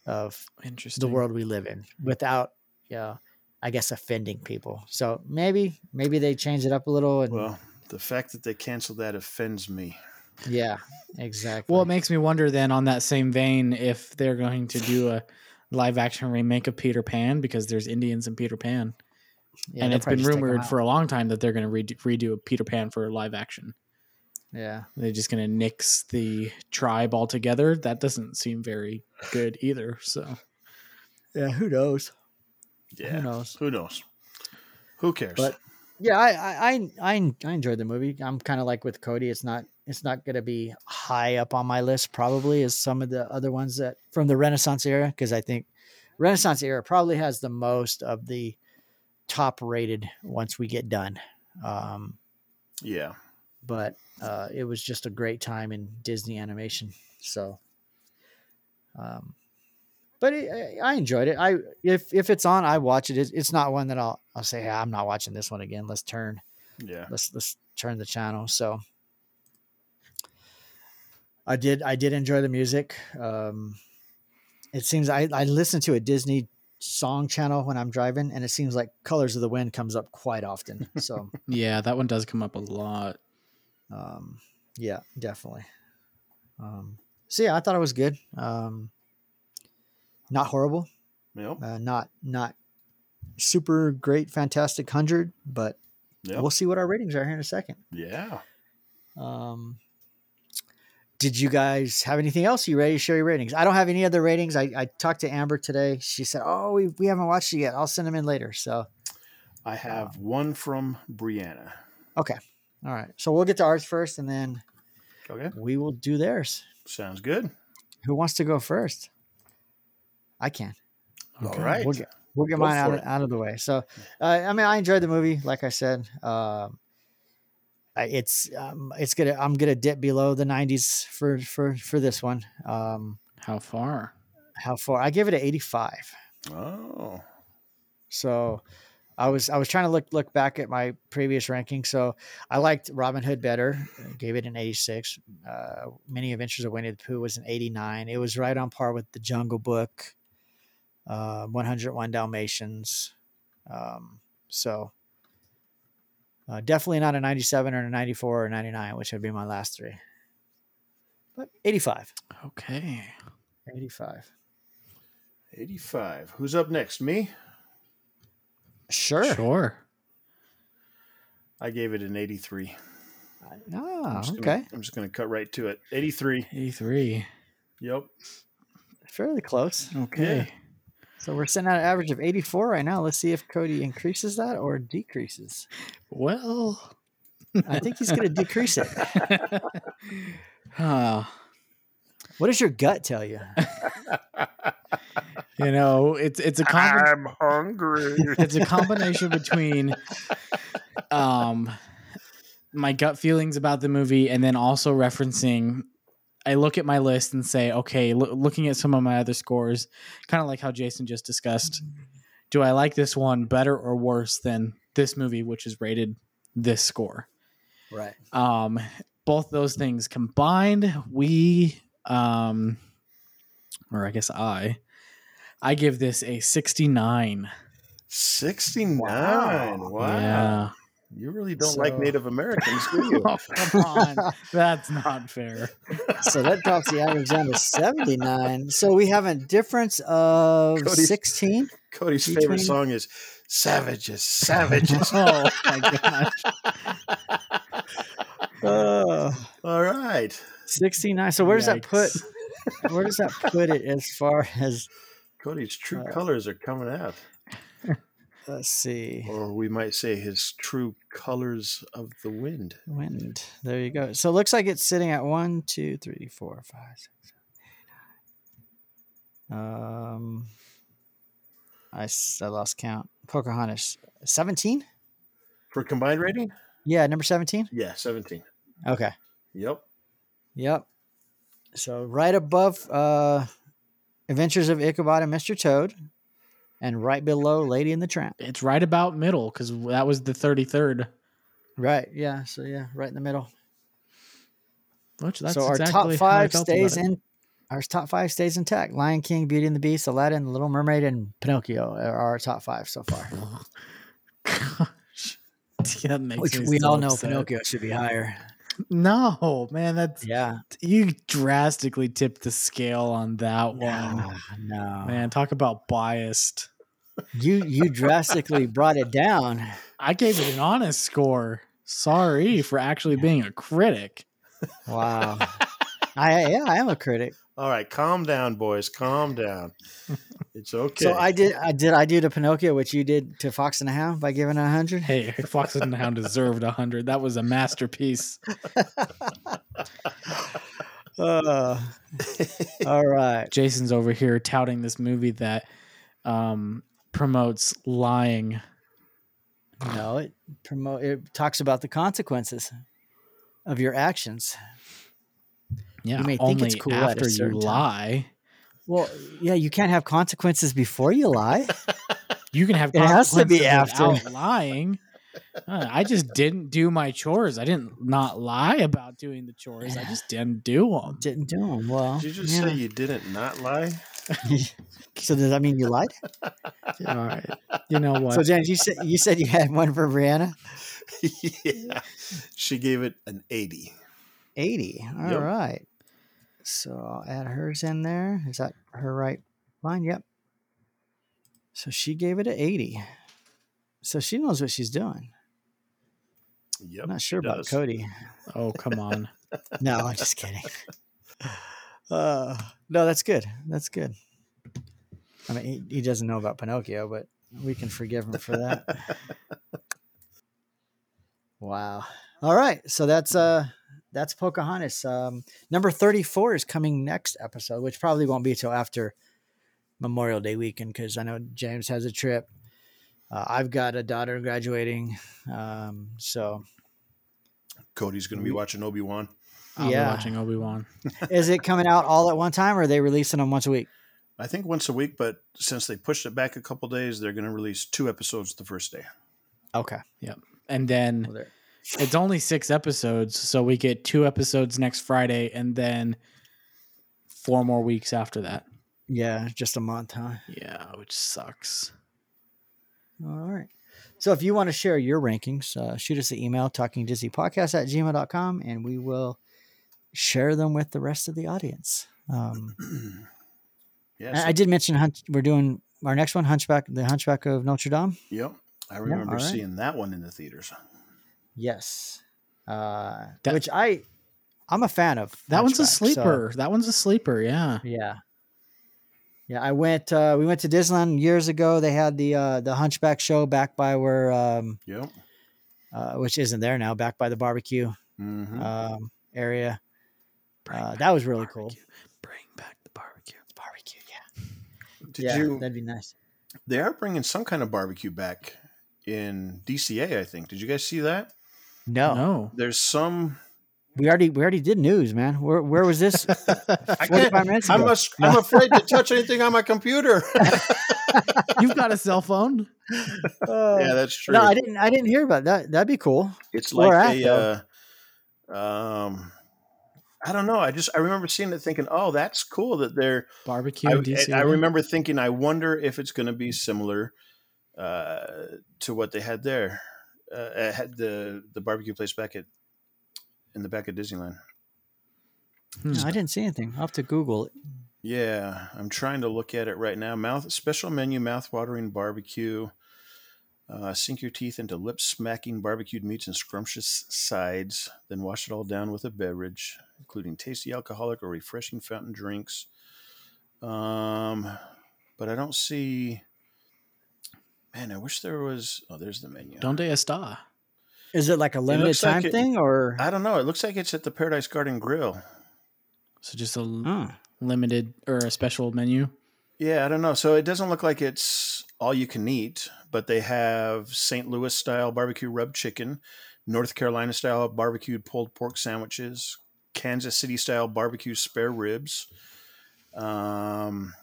[SPEAKER 2] of
[SPEAKER 1] Interesting.
[SPEAKER 2] the world we live in without yeah i guess offending people so maybe maybe they change it up a little and
[SPEAKER 3] Well, the fact that they canceled that offends me.
[SPEAKER 2] yeah exactly
[SPEAKER 1] Well, it makes me wonder then on that same vein if they're going to do a live action remake of Peter Pan because there's Indians in Peter Pan,
[SPEAKER 2] Yeah,
[SPEAKER 1] and
[SPEAKER 2] they'll
[SPEAKER 1] it's
[SPEAKER 2] probably
[SPEAKER 1] been
[SPEAKER 2] just take 'em
[SPEAKER 1] rumored
[SPEAKER 2] out.
[SPEAKER 1] for a long time that they're going to redo, redo a Peter Pan for live action.
[SPEAKER 2] yeah.
[SPEAKER 1] They're just going to nix the tribe altogether. That doesn't seem very good either. So
[SPEAKER 2] Yeah, who knows? Who
[SPEAKER 3] Yeah.
[SPEAKER 2] knows?
[SPEAKER 3] Who knows? Who cares?
[SPEAKER 2] But- Yeah, I I I I, I enjoyed the movie. I'm kind of like with Cody. It's not it's not going to be high up on my list probably as some of the other ones that from the Renaissance era because I think Renaissance era probably has the most of the top rated once we get done. Um,
[SPEAKER 3] yeah.
[SPEAKER 2] but uh, it was just a great time in Disney animation. So, um, but it, I I enjoyed it. I if if it's on, I watch it. It's- It's not one that I'll I'll say, hey, I'm not watching this one again. Let's turn
[SPEAKER 3] Yeah.
[SPEAKER 2] let's let's turn the channel. So, I did I did enjoy the music. Um, it seems I I listen to a Disney song channel when I'm driving, and it seems like Colors of the Wind comes up quite often. So.
[SPEAKER 1] yeah, that one does come up a lot.
[SPEAKER 2] um yeah definitely um so yeah i thought it was good um not horrible
[SPEAKER 3] Yep.
[SPEAKER 2] uh, not not super great fantastic hundred but
[SPEAKER 3] Yep.
[SPEAKER 2] we'll see what our ratings are here in a second
[SPEAKER 3] Yeah.
[SPEAKER 2] um did you guys have anything else you ready to share your ratings i don't have any other ratings i, I talked to amber today she said oh we, we haven't watched it yet i'll send them in later so
[SPEAKER 3] I have one from Brianna.
[SPEAKER 2] all right so we'll get to ours first and then
[SPEAKER 3] Okay.
[SPEAKER 2] we will do theirs
[SPEAKER 3] Sounds good.
[SPEAKER 2] Who wants to go first? I can.
[SPEAKER 3] All right.
[SPEAKER 2] We'll get, we'll get
[SPEAKER 3] Go
[SPEAKER 2] mine out
[SPEAKER 3] for
[SPEAKER 2] of,
[SPEAKER 3] it.
[SPEAKER 2] out of the way. So, uh, I mean, I enjoyed the movie. Like I said, um, I- it's um, it's gonna I'm gonna dip below the 90s for for for this one. Um,
[SPEAKER 1] How far?
[SPEAKER 2] how far? I give it an 85.
[SPEAKER 3] Oh.
[SPEAKER 2] So I was I was trying to look look back at my previous ranking. So I liked Robin Hood better. I Gave it an 86. Uh, Many Adventures of Winnie the Pooh was an 89. It was right on par with The Jungle Book, uh, 101 Dalmatians. Um, so uh, definitely not a 97 or a 94 or 99, which would be my last three. But 85.
[SPEAKER 1] Okay.
[SPEAKER 2] 85.
[SPEAKER 3] 85. Who's up next? Me?
[SPEAKER 2] Sure.
[SPEAKER 1] Sure.
[SPEAKER 3] I gave it an 83. I'm
[SPEAKER 2] Ah,
[SPEAKER 3] just gonna-
[SPEAKER 2] okay.
[SPEAKER 3] I'm just going to cut right to it. 83.
[SPEAKER 1] 83.
[SPEAKER 3] Yep.
[SPEAKER 2] Fairly close.
[SPEAKER 1] Okay.
[SPEAKER 2] So we're sitting at an average of 84 right now. Let's see if Cody increases that or decreases.
[SPEAKER 1] Well,
[SPEAKER 2] I think he's going to decrease it.
[SPEAKER 1] huh.
[SPEAKER 2] What does your gut tell you?
[SPEAKER 1] you know, it's it's a combi-
[SPEAKER 3] hungry.
[SPEAKER 1] it's a combination between um my gut feelings about the movie and then also referencing I look at my list and say, okay, loo- looking at some of my other scores, kind of like how Jason just discussed, do I like this one better or worse than this movie which is rated this score?
[SPEAKER 2] Right.
[SPEAKER 1] um both those things combined we um or i guess i i give this a 69
[SPEAKER 3] 69. Wow.
[SPEAKER 2] Wow.
[SPEAKER 1] yeah
[SPEAKER 3] You really don't like
[SPEAKER 2] So-
[SPEAKER 3] Native Americans, do you?
[SPEAKER 1] oh, come on that's not fair
[SPEAKER 2] So that drops the average down to 79. So we have a difference of
[SPEAKER 3] Cody.
[SPEAKER 2] 16.
[SPEAKER 3] Cody's
[SPEAKER 2] You
[SPEAKER 3] favorite
[SPEAKER 2] twin.
[SPEAKER 3] song is Savages, Savages.
[SPEAKER 1] oh my gosh
[SPEAKER 3] All right.
[SPEAKER 2] 69. So where does that put
[SPEAKER 1] Yikes.
[SPEAKER 2] where does that put it as far as
[SPEAKER 3] Cody's true
[SPEAKER 2] Uh,
[SPEAKER 3] colors are coming out.
[SPEAKER 2] let's see.
[SPEAKER 3] Or we might say his true colors of the wind.
[SPEAKER 2] Wind. There you go. So it looks like it's sitting at one, two, three, four, five, six, seven, eight, nine. Um, I, s- I lost count. Pocahontas, seventeen.
[SPEAKER 3] For combined rating?
[SPEAKER 2] Yeah, number seventeen.
[SPEAKER 3] Yeah, 17.
[SPEAKER 2] Okay.
[SPEAKER 3] Yep.
[SPEAKER 2] Yep. So right above uh, Adventures of Ichabod and Mr. Toad, and right below Lady and the Tramp.
[SPEAKER 1] it's right about middle because that was the 33rd
[SPEAKER 2] Right. Yeah. So yeah, right in the middle.
[SPEAKER 1] which that's
[SPEAKER 2] so our
[SPEAKER 1] exactly
[SPEAKER 2] top five
[SPEAKER 1] how I felt about
[SPEAKER 2] stays
[SPEAKER 1] it.
[SPEAKER 2] in our top five stays intact lion king beauty and the beast aladdin the little mermaid and pinocchio are our top five so far
[SPEAKER 1] gosh that makes
[SPEAKER 2] which
[SPEAKER 1] me
[SPEAKER 2] we
[SPEAKER 1] so
[SPEAKER 2] all know
[SPEAKER 1] upset.
[SPEAKER 2] pinocchio should be higher
[SPEAKER 1] No, man, that's
[SPEAKER 2] Yeah.
[SPEAKER 1] you drastically tipped the scale on that one.
[SPEAKER 2] Ah, no.
[SPEAKER 1] Man, talk about biased.
[SPEAKER 2] You you drastically brought it down.
[SPEAKER 1] I gave it an honest score. Sorry for actually being a critic.
[SPEAKER 2] Wow. I yeah, I am a critic.
[SPEAKER 3] All right, calm down, boys. Calm down. It's okay.
[SPEAKER 2] So I did I did I do to Pinocchio what you did to Fox and a Hound by giving it a hundred.
[SPEAKER 1] Hey, Fox and the Hound deserved a hundred. That was a masterpiece.
[SPEAKER 2] Uh, all right.
[SPEAKER 1] Jason's over here touting this movie that um, promotes lying.
[SPEAKER 2] No, it promote it talks about the consequences of your actions.
[SPEAKER 1] Yeah,
[SPEAKER 2] may
[SPEAKER 1] only
[SPEAKER 2] think it's cool at a
[SPEAKER 1] after you
[SPEAKER 2] certain time.
[SPEAKER 1] lie.
[SPEAKER 2] Well, yeah, you can't have consequences before you lie.
[SPEAKER 1] You can have
[SPEAKER 2] It has to be
[SPEAKER 1] consequences
[SPEAKER 2] after.
[SPEAKER 1] without lying. Uh, I just didn't do my chores. I didn't not lie about doing the chores. I just didn't do them.
[SPEAKER 2] Didn't do them. Well,
[SPEAKER 3] Did you just say you didn't not lie?
[SPEAKER 2] so does that mean you lied?
[SPEAKER 1] All right. You know what?
[SPEAKER 2] So, Jen, you said you said you had one for Brianna.
[SPEAKER 3] yeah. She gave it an 80.
[SPEAKER 2] 80. All right.
[SPEAKER 3] Yep.
[SPEAKER 2] So I'll add hers in there. Is that her right line? Yep. So she gave it a 80. So she knows what she's doing.
[SPEAKER 3] Yep.
[SPEAKER 2] I'm not
[SPEAKER 3] she
[SPEAKER 2] sure about
[SPEAKER 3] does.
[SPEAKER 2] Cody.
[SPEAKER 1] oh, come on.
[SPEAKER 2] No, I'm just kidding. Uh, no, that's good. That's good. I mean, he, he doesn't know about Pinocchio, but we can forgive him for that. wow. All right. So that's uh that's Pocahontas. Um, number thirty four is coming next episode, which probably won't be till after Memorial Day weekend because I know James has a trip. Uh, I've got a daughter graduating, um, so
[SPEAKER 3] Cody's going to be watching Obi Wan.
[SPEAKER 1] I'll
[SPEAKER 2] Yeah.
[SPEAKER 1] be watching Obi Wan.
[SPEAKER 2] is it coming out all at one time, or are they releasing them once a week?
[SPEAKER 3] I think once a week, but since they pushed it back a couple days, they're going to release two episodes the first day.
[SPEAKER 2] Okay.
[SPEAKER 1] And then it's only six episodes, so we get two episodes next Friday, and then four more weeks after that.
[SPEAKER 2] Yeah, just a month, huh?
[SPEAKER 1] Yeah, which sucks.
[SPEAKER 2] All right. So if you want to share your rankings, uh, shoot us an email, talkingdisneypodcast at gmail.com, and we will share them with the rest of the audience. Um,
[SPEAKER 3] Yeah.
[SPEAKER 2] I,
[SPEAKER 3] so-
[SPEAKER 2] I did mention hunch, we're doing our next one, Hunchback, the Hunchback of Notre Dame.
[SPEAKER 3] yep. I remember
[SPEAKER 2] all right.
[SPEAKER 3] seeing that one in the theaters.
[SPEAKER 2] Yes. Uh,
[SPEAKER 1] That-
[SPEAKER 2] which I, I'm a fan of.
[SPEAKER 1] That one's a
[SPEAKER 2] Hunchback, so-
[SPEAKER 1] sleeper. That one's a sleeper. Yeah.
[SPEAKER 2] Yeah. Yeah, I went. Uh, we went to Disneyland years ago. They had the uh, the Hunchback show back by where, um,
[SPEAKER 3] Yep.
[SPEAKER 2] uh, which isn't there now, back by the barbecue.
[SPEAKER 3] hmm
[SPEAKER 2] um, area.
[SPEAKER 1] Bring
[SPEAKER 2] Uh,
[SPEAKER 1] back
[SPEAKER 2] that was
[SPEAKER 1] the
[SPEAKER 2] really cool.
[SPEAKER 1] barbecue. Bring back the barbecue. Barbecue. Yeah.
[SPEAKER 3] Did
[SPEAKER 2] yeah,
[SPEAKER 3] you?
[SPEAKER 2] that'd be nice.
[SPEAKER 3] They are bringing some kind of barbecue back in DCA, I think. Did you guys see that?
[SPEAKER 2] No,
[SPEAKER 1] No.
[SPEAKER 3] There's some.
[SPEAKER 2] we already we already did news, man. Where where was this?
[SPEAKER 3] I
[SPEAKER 2] Forty
[SPEAKER 3] can't.
[SPEAKER 2] five minutes
[SPEAKER 3] I'm,
[SPEAKER 2] ago.
[SPEAKER 3] a, I'm afraid to touch anything on my computer.
[SPEAKER 1] You've got a cell phone.
[SPEAKER 2] Uh,
[SPEAKER 3] yeah, that's true.
[SPEAKER 2] no, I didn't. I didn't hear about that. That'd be cool.
[SPEAKER 3] It's
[SPEAKER 2] Where
[SPEAKER 3] like
[SPEAKER 2] at,
[SPEAKER 3] a, uh, um, I don't know. I just I remember seeing it, thinking, "Oh, that's cool that they're."
[SPEAKER 1] Barbecue.
[SPEAKER 3] I,
[SPEAKER 1] in DC,
[SPEAKER 3] and I
[SPEAKER 1] yeah.
[SPEAKER 3] remember thinking, "I wonder if it's going to be similar uh, to what they had there, uh, at- had the the barbecue place back at in the back of Disneyland."
[SPEAKER 1] Hmm.
[SPEAKER 2] No, I didn't see anything. I'll have to Google it.
[SPEAKER 3] Yeah, I'm trying to look at it right now. Mouth special menu mouthwatering barbecue. Uh, sink your teeth into lip smacking barbecued meats and scrumptious sides, then wash it all down with a beverage, including tasty alcoholic or refreshing fountain drinks. Um, but I don't see. Man, I wish there was. Oh, there's the menu.
[SPEAKER 1] Donde está?
[SPEAKER 2] Is it like a limited
[SPEAKER 3] looks like
[SPEAKER 2] time
[SPEAKER 3] it-
[SPEAKER 2] thing or?
[SPEAKER 3] I don't know. It looks like it's at the Paradise Garden Grill.
[SPEAKER 1] So just a l-
[SPEAKER 2] Huh.
[SPEAKER 1] limited or a special menu.
[SPEAKER 3] Yeah, I don't know. So it doesn't look like it's all you can eat, but they have St. Louis style barbecue rub chicken, North Carolina style barbecued pulled pork sandwiches, Kansas City style barbecue spare ribs. Um,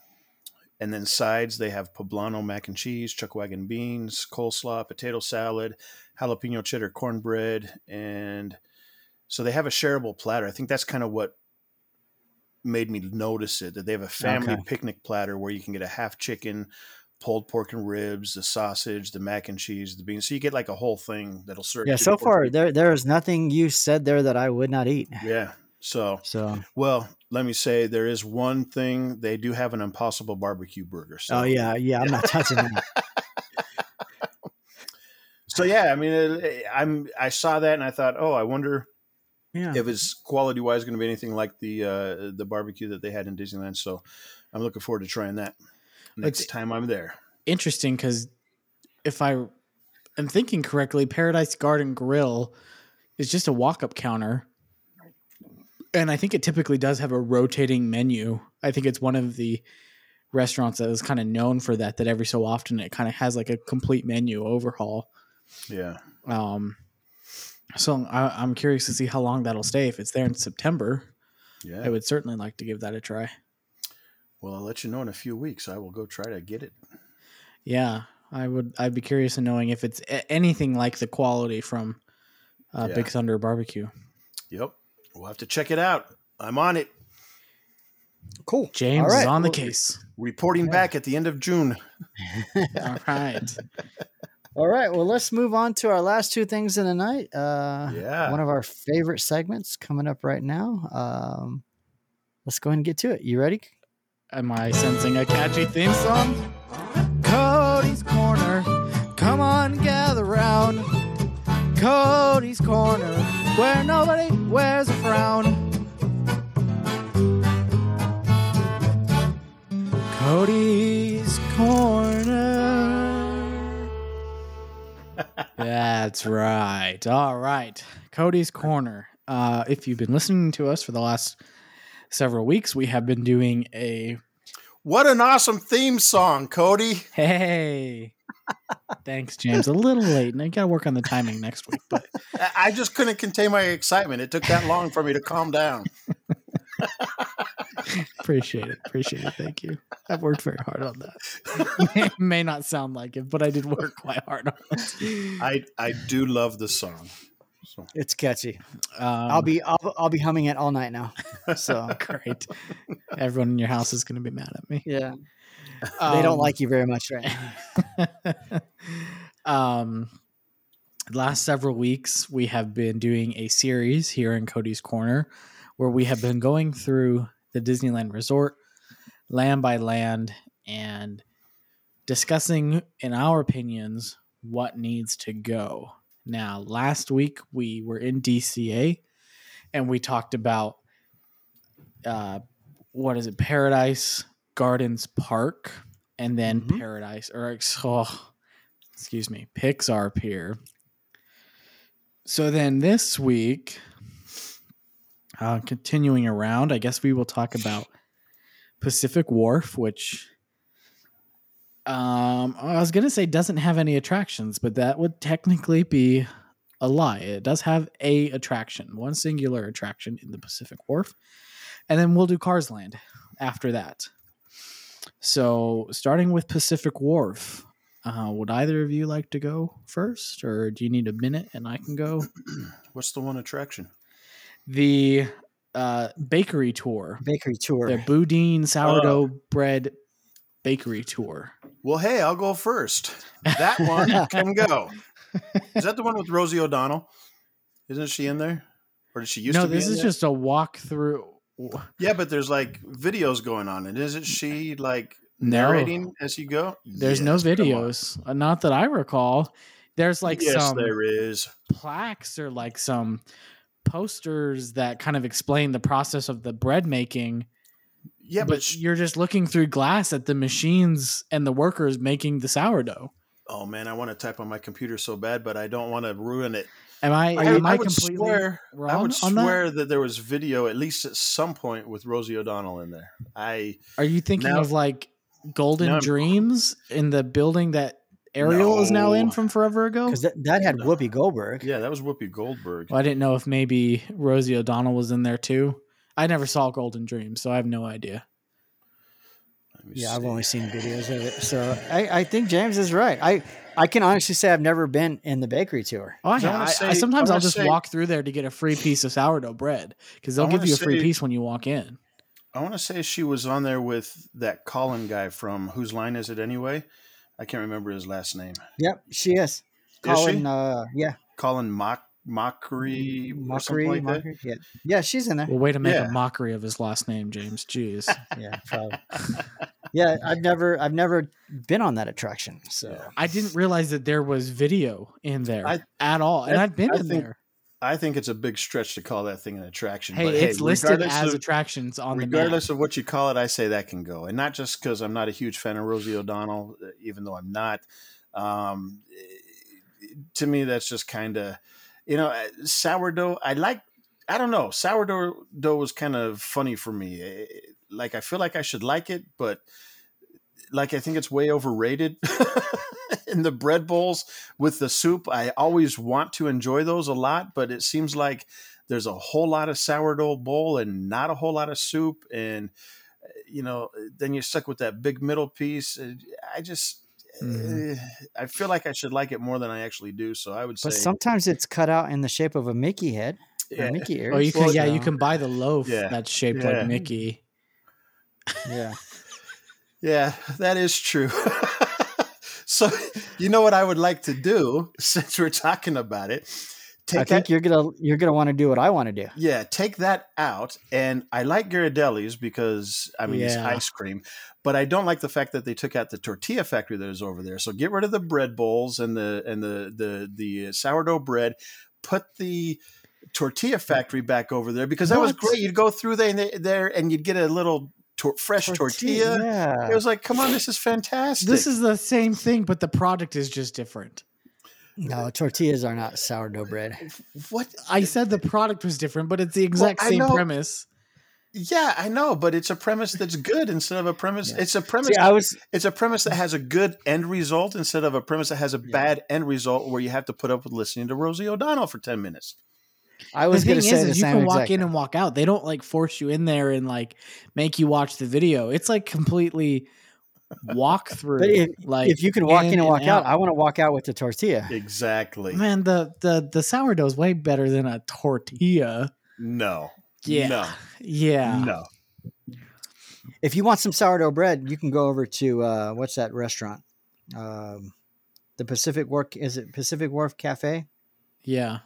[SPEAKER 3] and then sides, they have poblano mac and cheese, chuck wagon beans, coleslaw, potato salad, jalapeno cheddar cornbread. And so they have a shareable platter. I think that's kind of what made me notice it that they have a family
[SPEAKER 2] Okay.
[SPEAKER 3] picnic platter where you can get a half chicken pulled pork and ribs, the sausage, the mac and cheese, the beans. So you get like a whole thing that'll serve.
[SPEAKER 2] Yeah,
[SPEAKER 3] you
[SPEAKER 2] so
[SPEAKER 3] before
[SPEAKER 2] far
[SPEAKER 3] you-
[SPEAKER 2] there there is nothing you said there that I would not eat.
[SPEAKER 3] Yeah. So
[SPEAKER 2] So
[SPEAKER 3] well, let me say there is one thing they do have an impossible barbecue burger. So.
[SPEAKER 2] oh yeah, yeah, I'm not touching that.
[SPEAKER 3] So yeah, I mean, it, I'm I saw that and I thought, oh, I wonder
[SPEAKER 2] Yeah.
[SPEAKER 3] if it's quality wise going to be anything like the uh, the barbecue that they had in Disneyland. So I'm looking forward to trying that next
[SPEAKER 1] Let's-
[SPEAKER 3] time I'm there.
[SPEAKER 1] Interesting because if I am thinking correctly, Paradise Garden Grill is just a walk up counter. And I think it typically does have a rotating menu. I think it's one of the restaurants that is kind of known for that, that every so often it kind of has like a complete menu overhaul.
[SPEAKER 3] Yeah,
[SPEAKER 1] Um, so I, I'm curious to see how long that'll stay. If it's there in September, I
[SPEAKER 3] yeah.
[SPEAKER 1] would certainly like to give that a try.
[SPEAKER 3] Well, I'll let you know in a few weeks. I will go try to get it.
[SPEAKER 1] Yeah, I would. I'd be curious in knowing if it's a- anything like the quality from uh,
[SPEAKER 3] Yeah.
[SPEAKER 1] Big Thunder Barbecue.
[SPEAKER 3] Yep, we'll have to check it out. I'm on it.
[SPEAKER 2] Cool.
[SPEAKER 1] James
[SPEAKER 2] All
[SPEAKER 1] is
[SPEAKER 2] right.
[SPEAKER 1] on the
[SPEAKER 3] Well,
[SPEAKER 1] case.
[SPEAKER 3] Reporting back at the end of June.
[SPEAKER 1] All right.
[SPEAKER 2] All right. Well, let's move on to our last two things in the night. Uh,
[SPEAKER 3] Yeah.
[SPEAKER 2] One of our favorite segments coming up right now. Um, let's go ahead and get to it. You ready?
[SPEAKER 1] Am I sensing a catchy theme song? Cody's Corner. Come on, gather round. Cody's Corner, where nobody wears a frown. Cody's Corner. That's right. All right. Cody's Corner. Uh, if you've been listening to us for the last several weeks, we have been doing a
[SPEAKER 3] What an awesome theme song, Cody.
[SPEAKER 1] Hey. Thanks, James. A little late, and I got to work on the timing next week. But
[SPEAKER 3] I- I just couldn't contain my excitement. It took that long for me to calm down.
[SPEAKER 1] appreciate it. Appreciate it. Thank you. I've worked very hard on that. May, may not sound like it, but I did work quite hard on it.
[SPEAKER 3] I I do love the song. So
[SPEAKER 2] It's catchy.
[SPEAKER 1] Um,
[SPEAKER 2] I'll be I'll, I'll be humming it all night now. So
[SPEAKER 1] great. Everyone in your house is going to be mad at me.
[SPEAKER 2] yeah, they don't
[SPEAKER 1] Um,
[SPEAKER 2] like you very much, right? now.
[SPEAKER 1] um, last several weeks, we have been doing a series here in Cody's Corner where we have been going through the Disneyland Resort land by land and discussing, in our opinions, what needs to go. Now, last week we were in DCA and we talked about uh, what is it, Paradise Gardens Park, and then
[SPEAKER 3] Mhm.
[SPEAKER 1] Paradise, or ex- oh, excuse me, Pixar Pier. So then this week, uh, continuing around, I guess we will talk about Pacific Wharf, which um, I was gonna say doesn't have any attractions, but that would technically be a lie. It does have a attraction, one singular attraction in the Pacific Wharf, and then we'll do Cars Land after that. So, starting with Pacific Wharf, uh, would either of you like to go first, or do you need a minute and I can go?
[SPEAKER 3] what's the one attraction?
[SPEAKER 1] The uh, bakery tour,
[SPEAKER 2] Bakery tour.
[SPEAKER 1] the Boudin sourdough
[SPEAKER 3] Uh,
[SPEAKER 1] bread bakery tour.
[SPEAKER 3] Well, hey, I'll go first. That one can go. Is that the one with Rosie O'Donnell? Isn't she in there? Or did she used
[SPEAKER 1] no,
[SPEAKER 3] to be?
[SPEAKER 1] this
[SPEAKER 3] in
[SPEAKER 1] is
[SPEAKER 3] there?
[SPEAKER 1] just a walkthrough.
[SPEAKER 3] yeah, but there's like videos going on, and isn't she like
[SPEAKER 1] No.
[SPEAKER 3] narrating as you go?
[SPEAKER 1] There's
[SPEAKER 3] Yes,
[SPEAKER 1] no
[SPEAKER 3] come on.
[SPEAKER 1] videos, uh, not that I recall. There's like
[SPEAKER 3] yes,
[SPEAKER 1] some
[SPEAKER 3] there is.
[SPEAKER 1] plaques or like some posters that kind of explain the process of the bread making.
[SPEAKER 3] Yeah,
[SPEAKER 1] but
[SPEAKER 3] but, she
[SPEAKER 1] you're just looking through glass at the machines and the workers making the sourdough.
[SPEAKER 3] oh man, I want to type on my computer so bad, but I don't want to ruin it.
[SPEAKER 1] Am I?
[SPEAKER 3] I,
[SPEAKER 1] am I,
[SPEAKER 3] I would
[SPEAKER 1] completely
[SPEAKER 3] swear,
[SPEAKER 1] wrong
[SPEAKER 3] I would
[SPEAKER 1] on
[SPEAKER 3] swear that? there was video at least at some point with Rosie O'Donnell in there. I
[SPEAKER 1] that? Are you thinking
[SPEAKER 3] Now-
[SPEAKER 1] of like Golden
[SPEAKER 3] Now I'm-
[SPEAKER 1] Dreams in the building that Ariel is now in
[SPEAKER 3] No.
[SPEAKER 1] from forever ago?
[SPEAKER 2] because that, that had Whoopi Goldberg.
[SPEAKER 3] yeah, that was Whoopi Goldberg.
[SPEAKER 1] Well, I didn't know if maybe Rosie O'Donnell was in there too. I never saw Golden Dreams, so I have no idea.
[SPEAKER 3] Let me
[SPEAKER 2] Yeah, I've
[SPEAKER 3] see.
[SPEAKER 2] only seen videos of it. So I, I think James is right. I, I can honestly say I've never been in the bakery tour.
[SPEAKER 1] Oh, I,
[SPEAKER 3] So I wanna
[SPEAKER 1] I,
[SPEAKER 3] say-
[SPEAKER 1] I
[SPEAKER 3] I
[SPEAKER 1] sometimes I'll
[SPEAKER 3] wanna
[SPEAKER 1] just
[SPEAKER 3] say-
[SPEAKER 1] walk through there to get a free piece of sourdough bread because
[SPEAKER 3] I
[SPEAKER 1] they'll give
[SPEAKER 3] wanna
[SPEAKER 1] you a free
[SPEAKER 3] say-
[SPEAKER 1] piece when you walk in.
[SPEAKER 3] I want to say she was on there with that Colin guy from whose line is it anyway? I can't remember his last name.
[SPEAKER 2] Yep, she is.
[SPEAKER 3] Is
[SPEAKER 2] Colin,
[SPEAKER 3] she?
[SPEAKER 2] uh, yeah,
[SPEAKER 3] Colin Mock Mockery, or something
[SPEAKER 2] mockery,
[SPEAKER 3] like that.
[SPEAKER 2] mockery. Yeah, yeah, she's in there.
[SPEAKER 1] Well, way to make
[SPEAKER 3] Yeah.
[SPEAKER 1] a mockery of his last name, James. Jeez.
[SPEAKER 2] Yeah, probably. yeah, I've never, I've never been on that attraction. So
[SPEAKER 3] Yeah.
[SPEAKER 1] I didn't realize that there was video in there
[SPEAKER 3] I-
[SPEAKER 1] at all, and
[SPEAKER 3] I-
[SPEAKER 1] I've been
[SPEAKER 3] I
[SPEAKER 1] in
[SPEAKER 3] think-
[SPEAKER 1] there.
[SPEAKER 3] I think it's a big stretch to call that thing an attraction.
[SPEAKER 1] Hey,
[SPEAKER 3] but
[SPEAKER 1] it's listed
[SPEAKER 3] regardless
[SPEAKER 1] as
[SPEAKER 3] of-
[SPEAKER 1] attractions on the map.
[SPEAKER 3] regardless of what you call it, I say that can go, and not just because I'm not a huge fan of Rosie O'Donnell, uh, even though I'm not. Um, eh, to me, that's just kind of, you know, eh, sourdough. I like, I don't know, sourdough dough was kind of funny for me. Eh, eh, Like I feel like I should like it, but like I think it's way overrated. In the bread bowls with the soup, I always want to enjoy those a lot, but it seems like there's a whole lot of sourdough bowl and not a whole lot of soup and uh, you know then you're stuck with that big middle piece Uh, i just
[SPEAKER 1] Mhm.
[SPEAKER 3] eh, i feel like i should like it more than i actually do so i would say
[SPEAKER 2] But sometimes it's cut out in the shape of a Mickey head or
[SPEAKER 3] yeah,
[SPEAKER 2] Mickey ears.
[SPEAKER 1] Oh, you can
[SPEAKER 3] Well,
[SPEAKER 1] yeah,
[SPEAKER 2] so-
[SPEAKER 1] you can buy the loaf
[SPEAKER 3] Yeah.
[SPEAKER 1] that's shaped
[SPEAKER 3] Yeah.
[SPEAKER 1] like Mickey.
[SPEAKER 2] Yeah,
[SPEAKER 3] yeah that is true so you know what i would like to do since we're talking about it take
[SPEAKER 2] I
[SPEAKER 3] that
[SPEAKER 2] think you're gonna, you're gonna want to do what I want to do.
[SPEAKER 3] Yeah, take that out. And I like Ghirardelli's because I mean it's
[SPEAKER 1] Yeah.
[SPEAKER 3] ice cream, but I don't like the fact that they took out the tortilla factory that is over there. So get rid of the bread bowls and the and the the the uh, sourdough bread. Put the tortilla factory back over there because that was
[SPEAKER 1] What?
[SPEAKER 3] great. You'd go through there, there and you'd get a little tor- fresh tortilla.
[SPEAKER 2] Yeah.
[SPEAKER 3] It was like, come on, this is fantastic.
[SPEAKER 1] This is the same thing, but the product is just different.
[SPEAKER 2] No, tortillas are not sourdough bread.
[SPEAKER 3] what
[SPEAKER 1] I said the product was different, but it's the exact
[SPEAKER 3] I
[SPEAKER 1] same
[SPEAKER 3] know-
[SPEAKER 1] premise.
[SPEAKER 3] yeah, I know, but it's a premise that's good instead of a premise.
[SPEAKER 2] Yeah.
[SPEAKER 3] It's a premise.
[SPEAKER 2] See, I was
[SPEAKER 3] it's a premise
[SPEAKER 1] Mm.
[SPEAKER 3] that has a good end result instead of a premise that has a
[SPEAKER 2] Yeah.
[SPEAKER 3] bad end result where you have to put up with listening to Rosie O'Donnell for 10 minutes.
[SPEAKER 2] I was
[SPEAKER 1] the
[SPEAKER 2] going
[SPEAKER 1] thing
[SPEAKER 2] to
[SPEAKER 1] is,
[SPEAKER 2] say the
[SPEAKER 1] is you
[SPEAKER 2] same
[SPEAKER 1] can walk
[SPEAKER 2] exact.
[SPEAKER 1] in and walk out. They don't like force you in there and like make you watch the video. It's like completely walk through.
[SPEAKER 2] But if,
[SPEAKER 1] like
[SPEAKER 2] if you can walk in and walk out,
[SPEAKER 1] out.
[SPEAKER 2] I want to walk out with the tortilla.
[SPEAKER 3] Exactly.
[SPEAKER 1] man, the the the sourdough is way better than a tortilla.
[SPEAKER 3] No.
[SPEAKER 1] Yeah,
[SPEAKER 3] No.
[SPEAKER 1] yeah.
[SPEAKER 3] No.
[SPEAKER 2] If you want some sourdough bread, you can go over to uh, what's that restaurant? Um, the Pacific Wharf is it Pacific Wharf Cafe?
[SPEAKER 1] yeah,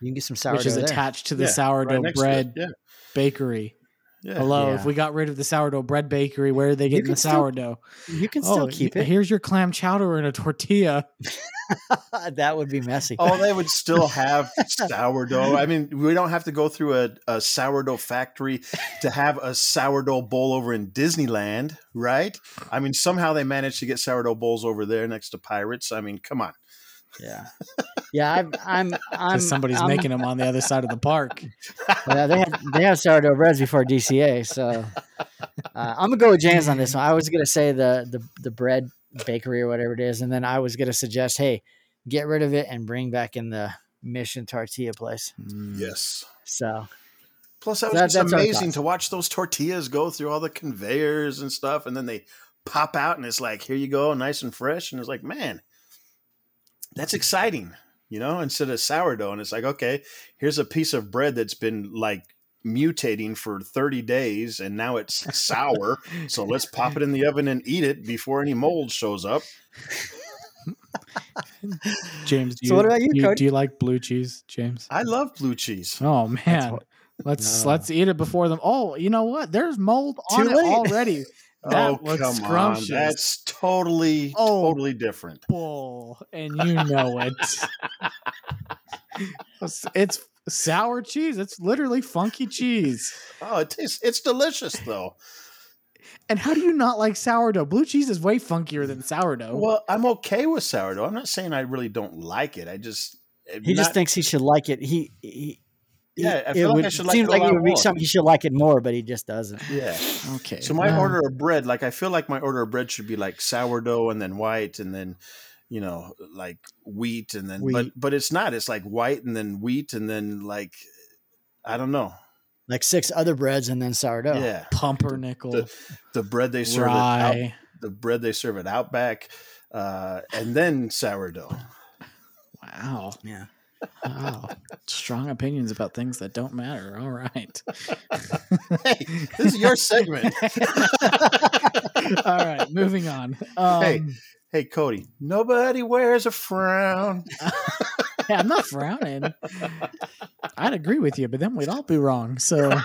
[SPEAKER 2] You can get some sourdough
[SPEAKER 1] which is
[SPEAKER 2] there.
[SPEAKER 1] attached to the
[SPEAKER 3] Yeah,
[SPEAKER 1] sourdough
[SPEAKER 3] next to
[SPEAKER 1] bread
[SPEAKER 3] it. Yeah.
[SPEAKER 1] bakery.
[SPEAKER 3] Yeah.
[SPEAKER 1] Hello,
[SPEAKER 2] Yeah.
[SPEAKER 1] if we got rid of the sourdough bread bakery, where are they getting
[SPEAKER 2] can
[SPEAKER 1] the
[SPEAKER 2] still
[SPEAKER 1] sourdough?
[SPEAKER 2] you can still keep
[SPEAKER 1] y-
[SPEAKER 2] it.
[SPEAKER 1] Here's your clam chowder and a tortilla.
[SPEAKER 2] that would be messy.
[SPEAKER 3] Oh, they would still have sourdough. I mean, we don't have to go through a, a sourdough factory to have a sourdough bowl over in Disneyland, right? I mean, somehow they managed to get sourdough bowls over there next to pirates. I mean, come on.
[SPEAKER 2] Yeah, yeah. I'm I'm I'm
[SPEAKER 1] Because somebody's
[SPEAKER 2] I'm-
[SPEAKER 1] making them on the other side of the park.
[SPEAKER 2] Yeah, they had they have sourdough breads before DCA, so uh, I'm gonna go with James on this one. I was gonna say the the the bread bakery or whatever it is, and then I was gonna suggest, hey, get rid of it and bring back in the Mission Tortilla place.
[SPEAKER 1] Mm.
[SPEAKER 3] Yes.
[SPEAKER 2] So
[SPEAKER 3] Plus, that was
[SPEAKER 2] That-
[SPEAKER 3] just
[SPEAKER 2] that's our
[SPEAKER 3] amazing
[SPEAKER 2] thoughts.
[SPEAKER 3] to watch those tortillas go through all the conveyors and stuff, and then they pop out, and it's like, here you go, nice and fresh, and it's like, man, that's exciting, you know. Instead of sourdough, and it's like, okay, here's a piece of bread that's been like mutating for 30 days, and now it's sour, so let's pop it in the oven and eat it before any mold shows up.
[SPEAKER 1] James, do you,
[SPEAKER 2] So what about you,
[SPEAKER 1] do
[SPEAKER 2] Cody?
[SPEAKER 1] Do you like blue cheese, James?
[SPEAKER 3] I love blue cheese.
[SPEAKER 1] Oh man,
[SPEAKER 2] what-
[SPEAKER 1] let's
[SPEAKER 2] No.
[SPEAKER 1] let's eat it before them. Oh, you know what? There's mold on
[SPEAKER 2] Too
[SPEAKER 1] it
[SPEAKER 2] late.
[SPEAKER 1] already. That looks scrumptious.
[SPEAKER 3] Oh, That's totally,
[SPEAKER 1] Oh.
[SPEAKER 3] totally different.
[SPEAKER 1] Bull, and you know it. it's, it's sour cheese. It's literally funky cheese.
[SPEAKER 3] Oh, it tastes, it's delicious though.
[SPEAKER 1] And how do you not like sourdough? Blue cheese is way funkier than
[SPEAKER 2] Oh.
[SPEAKER 1] sourdough.
[SPEAKER 3] Well, I'm okay with sourdough. I'm not saying I really don't like it. I just I'm
[SPEAKER 2] he just
[SPEAKER 3] not-
[SPEAKER 2] thinks he should like it. He, he
[SPEAKER 3] Yeah, I
[SPEAKER 2] it
[SPEAKER 3] feel like I
[SPEAKER 2] would,
[SPEAKER 3] should like
[SPEAKER 2] seems
[SPEAKER 3] it a
[SPEAKER 2] like
[SPEAKER 3] lot
[SPEAKER 2] it would be
[SPEAKER 3] more.
[SPEAKER 2] something he should like it more, but he just doesn't.
[SPEAKER 3] yeah.
[SPEAKER 1] okay.
[SPEAKER 3] So my
[SPEAKER 1] well,
[SPEAKER 3] order
[SPEAKER 2] Um,
[SPEAKER 3] of bread, like I feel like my order of bread should be like sourdough and then white and then you know like wheat and then but
[SPEAKER 2] Wheat.
[SPEAKER 3] but it's not. It's like white and then wheat and then like I don't know.
[SPEAKER 2] Like six other breads and then sourdough.
[SPEAKER 3] Yeah,
[SPEAKER 1] pumpernickel,
[SPEAKER 3] the bread they serve at out,
[SPEAKER 1] rye.
[SPEAKER 3] the bread they serve at Outback, uh, and then sourdough.
[SPEAKER 1] Wow.
[SPEAKER 2] Yeah.
[SPEAKER 1] Wow. Strong opinions about things that don't matter. All right.
[SPEAKER 3] Hey, this is your segment.
[SPEAKER 1] All right. Moving on. Um,
[SPEAKER 3] Hey. Hey, Cody, nobody wears a frown.
[SPEAKER 1] Yeah, I'm not frowning. I'd agree with you, but then we'd all be wrong. So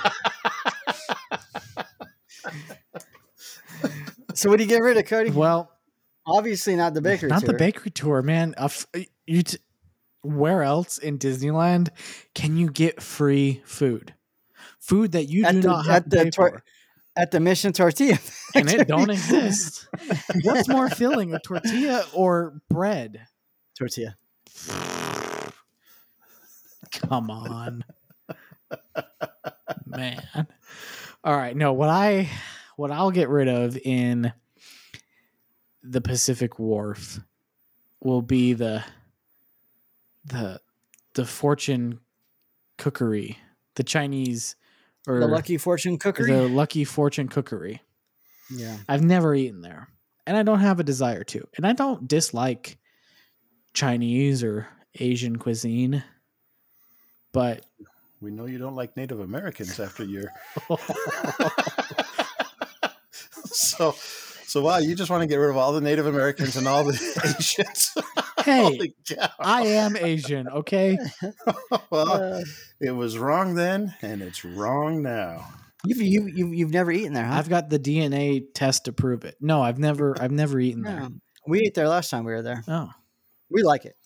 [SPEAKER 2] So what do you get rid of, Cody?
[SPEAKER 1] well.
[SPEAKER 2] Obviously not the bakery.
[SPEAKER 1] Not the
[SPEAKER 2] tour.
[SPEAKER 1] bakery tour, man. A f- you t- where else in Disneyland can you get free food? Food that you
[SPEAKER 2] At
[SPEAKER 1] do
[SPEAKER 2] the-
[SPEAKER 1] not have to
[SPEAKER 2] at the
[SPEAKER 1] pay
[SPEAKER 2] tor-
[SPEAKER 1] for,
[SPEAKER 2] at the Mission Tortilla,
[SPEAKER 1] and it don't exist. What's more filling, a tortilla or bread?
[SPEAKER 2] tortilla.
[SPEAKER 1] Come on, man. All right, no. What I what I'll get rid of in the Pacific Wharf will be the the the fortune cookery, the Chinese or
[SPEAKER 2] The Lucky Fortune Cookery.
[SPEAKER 1] the Lucky fortune cookery.
[SPEAKER 2] yeah.
[SPEAKER 1] I've never eaten there, and I don't have a desire to. And I don't dislike Chinese or Asian cuisine, but
[SPEAKER 3] We know you don't like Native Americans after your. so, so wow, you just want to get rid of all the Native Americans and all the Asians.
[SPEAKER 1] hey,
[SPEAKER 3] Holy cow.
[SPEAKER 1] I am Asian, okay? Oh.
[SPEAKER 3] well,
[SPEAKER 2] Uh,
[SPEAKER 3] it was wrong then, and it's wrong now.
[SPEAKER 2] you've, you, you, you've never eaten there, huh?
[SPEAKER 1] I've got the DNA test to prove it. No, I've never I've never eaten
[SPEAKER 2] Yeah.
[SPEAKER 1] there.
[SPEAKER 2] We ate there last time we were there.
[SPEAKER 1] Oh,
[SPEAKER 2] We like it.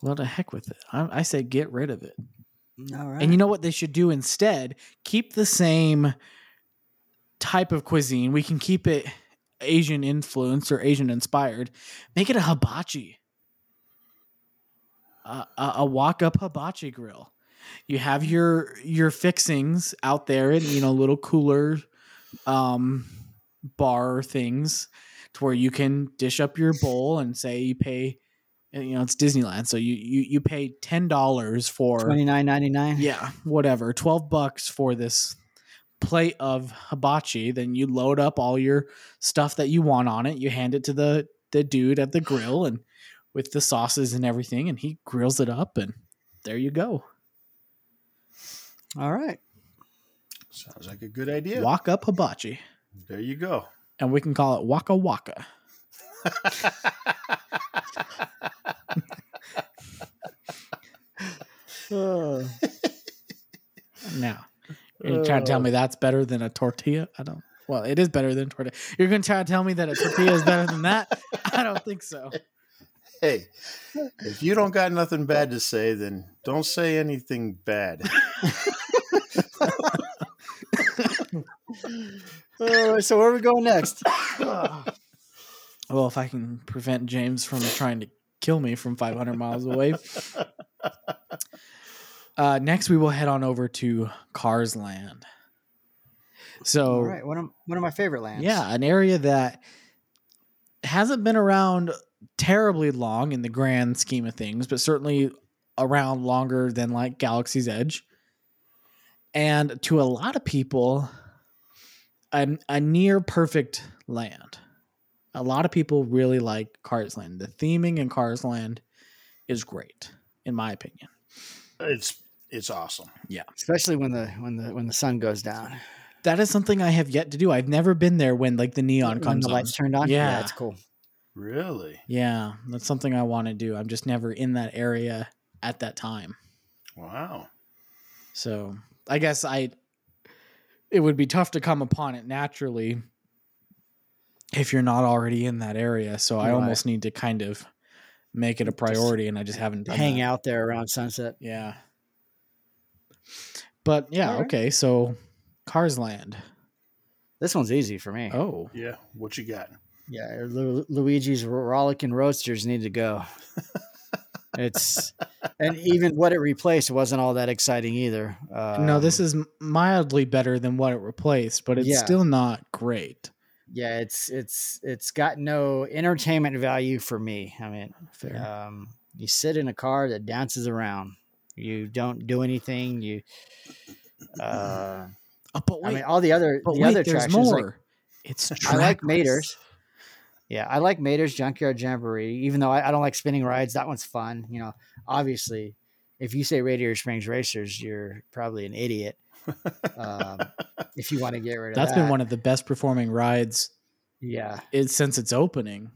[SPEAKER 1] well, the heck with it. I, I say get rid of it.
[SPEAKER 2] All right.
[SPEAKER 1] And you know what they should do instead? Keep the same type of cuisine. We can keep it Asian influenced or Asian inspired. Make it a hibachi, a, a, a walk up hibachi grill. You have your your fixings out there in you know little cooler um, bar things to where you can dish up your bowl and say you pay you know it's Disneyland so you you, you pay ten dollars for
[SPEAKER 2] twenty nine ninety nine.
[SPEAKER 1] yeah, whatever. 12 bucks for this plate of hibachi, then you load up all your stuff that you want on it. You hand it to the the dude at the grill and with the sauces and everything and he grills it up and there you go.
[SPEAKER 2] All right.
[SPEAKER 3] Sounds like a good idea.
[SPEAKER 1] Walk up hibachi
[SPEAKER 3] There you go.
[SPEAKER 1] and we can call it waka waka.
[SPEAKER 2] Uh,
[SPEAKER 1] Now, you're trying to tell me that's better than a tortilla? I don't well, it is better than tortilla. You're going to try to tell me that a tortilla is better than that? I don't think so.
[SPEAKER 3] Hey, if you don't got nothing bad to say, then don't say anything bad.
[SPEAKER 2] uh, so where are we going next?
[SPEAKER 1] Well, if I can prevent James from trying to kill me from 500 miles away. Uh, next, we will head on over to Cars Land. So,
[SPEAKER 2] All right. One of one of my favorite lands.
[SPEAKER 1] yeah, an area that hasn't been around terribly long in the grand scheme of things, but certainly around longer than like Galaxy's Edge. And to a lot of people, a, a near perfect land. A lot of people really like Cars Land. The theming in Cars Land is great, in my opinion.
[SPEAKER 3] It's it's awesome.
[SPEAKER 2] Especially when the when the when the sun goes down.
[SPEAKER 1] That is something I have yet to do. I've never been there when like the neon
[SPEAKER 2] when
[SPEAKER 1] comes
[SPEAKER 2] the
[SPEAKER 1] on.
[SPEAKER 2] lights turned on.
[SPEAKER 1] Yeah.
[SPEAKER 2] that's cool.
[SPEAKER 3] Really?
[SPEAKER 1] Yeah, that's something I want to do. I'm just never in that area at that time.
[SPEAKER 3] Wow.
[SPEAKER 1] So I guess I it would be tough to come upon it naturally if you're not already in that area. So I
[SPEAKER 2] Right.
[SPEAKER 1] almost need to kind of make it a priority and I just haven't done
[SPEAKER 2] Hang
[SPEAKER 1] that.
[SPEAKER 2] out there around sunset.
[SPEAKER 1] Yeah. But yeah,
[SPEAKER 2] Alright.
[SPEAKER 1] okay, so Cars Land.
[SPEAKER 2] This one's easy for me.
[SPEAKER 1] Oh.
[SPEAKER 3] Yeah. What you got?
[SPEAKER 2] Yeah, Lu- Luigi's Rollickin' Roasters need to go. it's and even what it replaced wasn't all that exciting either. Um,
[SPEAKER 1] no, this is mildly better than what it replaced, but it's
[SPEAKER 2] yeah.
[SPEAKER 1] still not great.
[SPEAKER 2] yeah, it's it's it's got no entertainment value for me. I mean,
[SPEAKER 1] Fair.
[SPEAKER 2] um, you sit in a car that dances around. You don't do anything. You, uh,
[SPEAKER 1] Oh, but wait,
[SPEAKER 2] I mean, all the other
[SPEAKER 1] But
[SPEAKER 2] the
[SPEAKER 1] wait,
[SPEAKER 2] other
[SPEAKER 1] there's
[SPEAKER 2] tractions.
[SPEAKER 1] more.
[SPEAKER 2] Like,
[SPEAKER 1] it's
[SPEAKER 2] I like
[SPEAKER 1] track race.
[SPEAKER 2] Mater's. Yeah, I like Mater's Junkyard Jamboree, even though I, I don't like spinning rides. That one's fun. You know, obviously, if you say Radiator Springs Racers, you're probably an idiot. Um, if you want to get rid of
[SPEAKER 1] That's
[SPEAKER 2] that.
[SPEAKER 1] been one of the best performing rides
[SPEAKER 2] Yeah.
[SPEAKER 1] it, since its opening.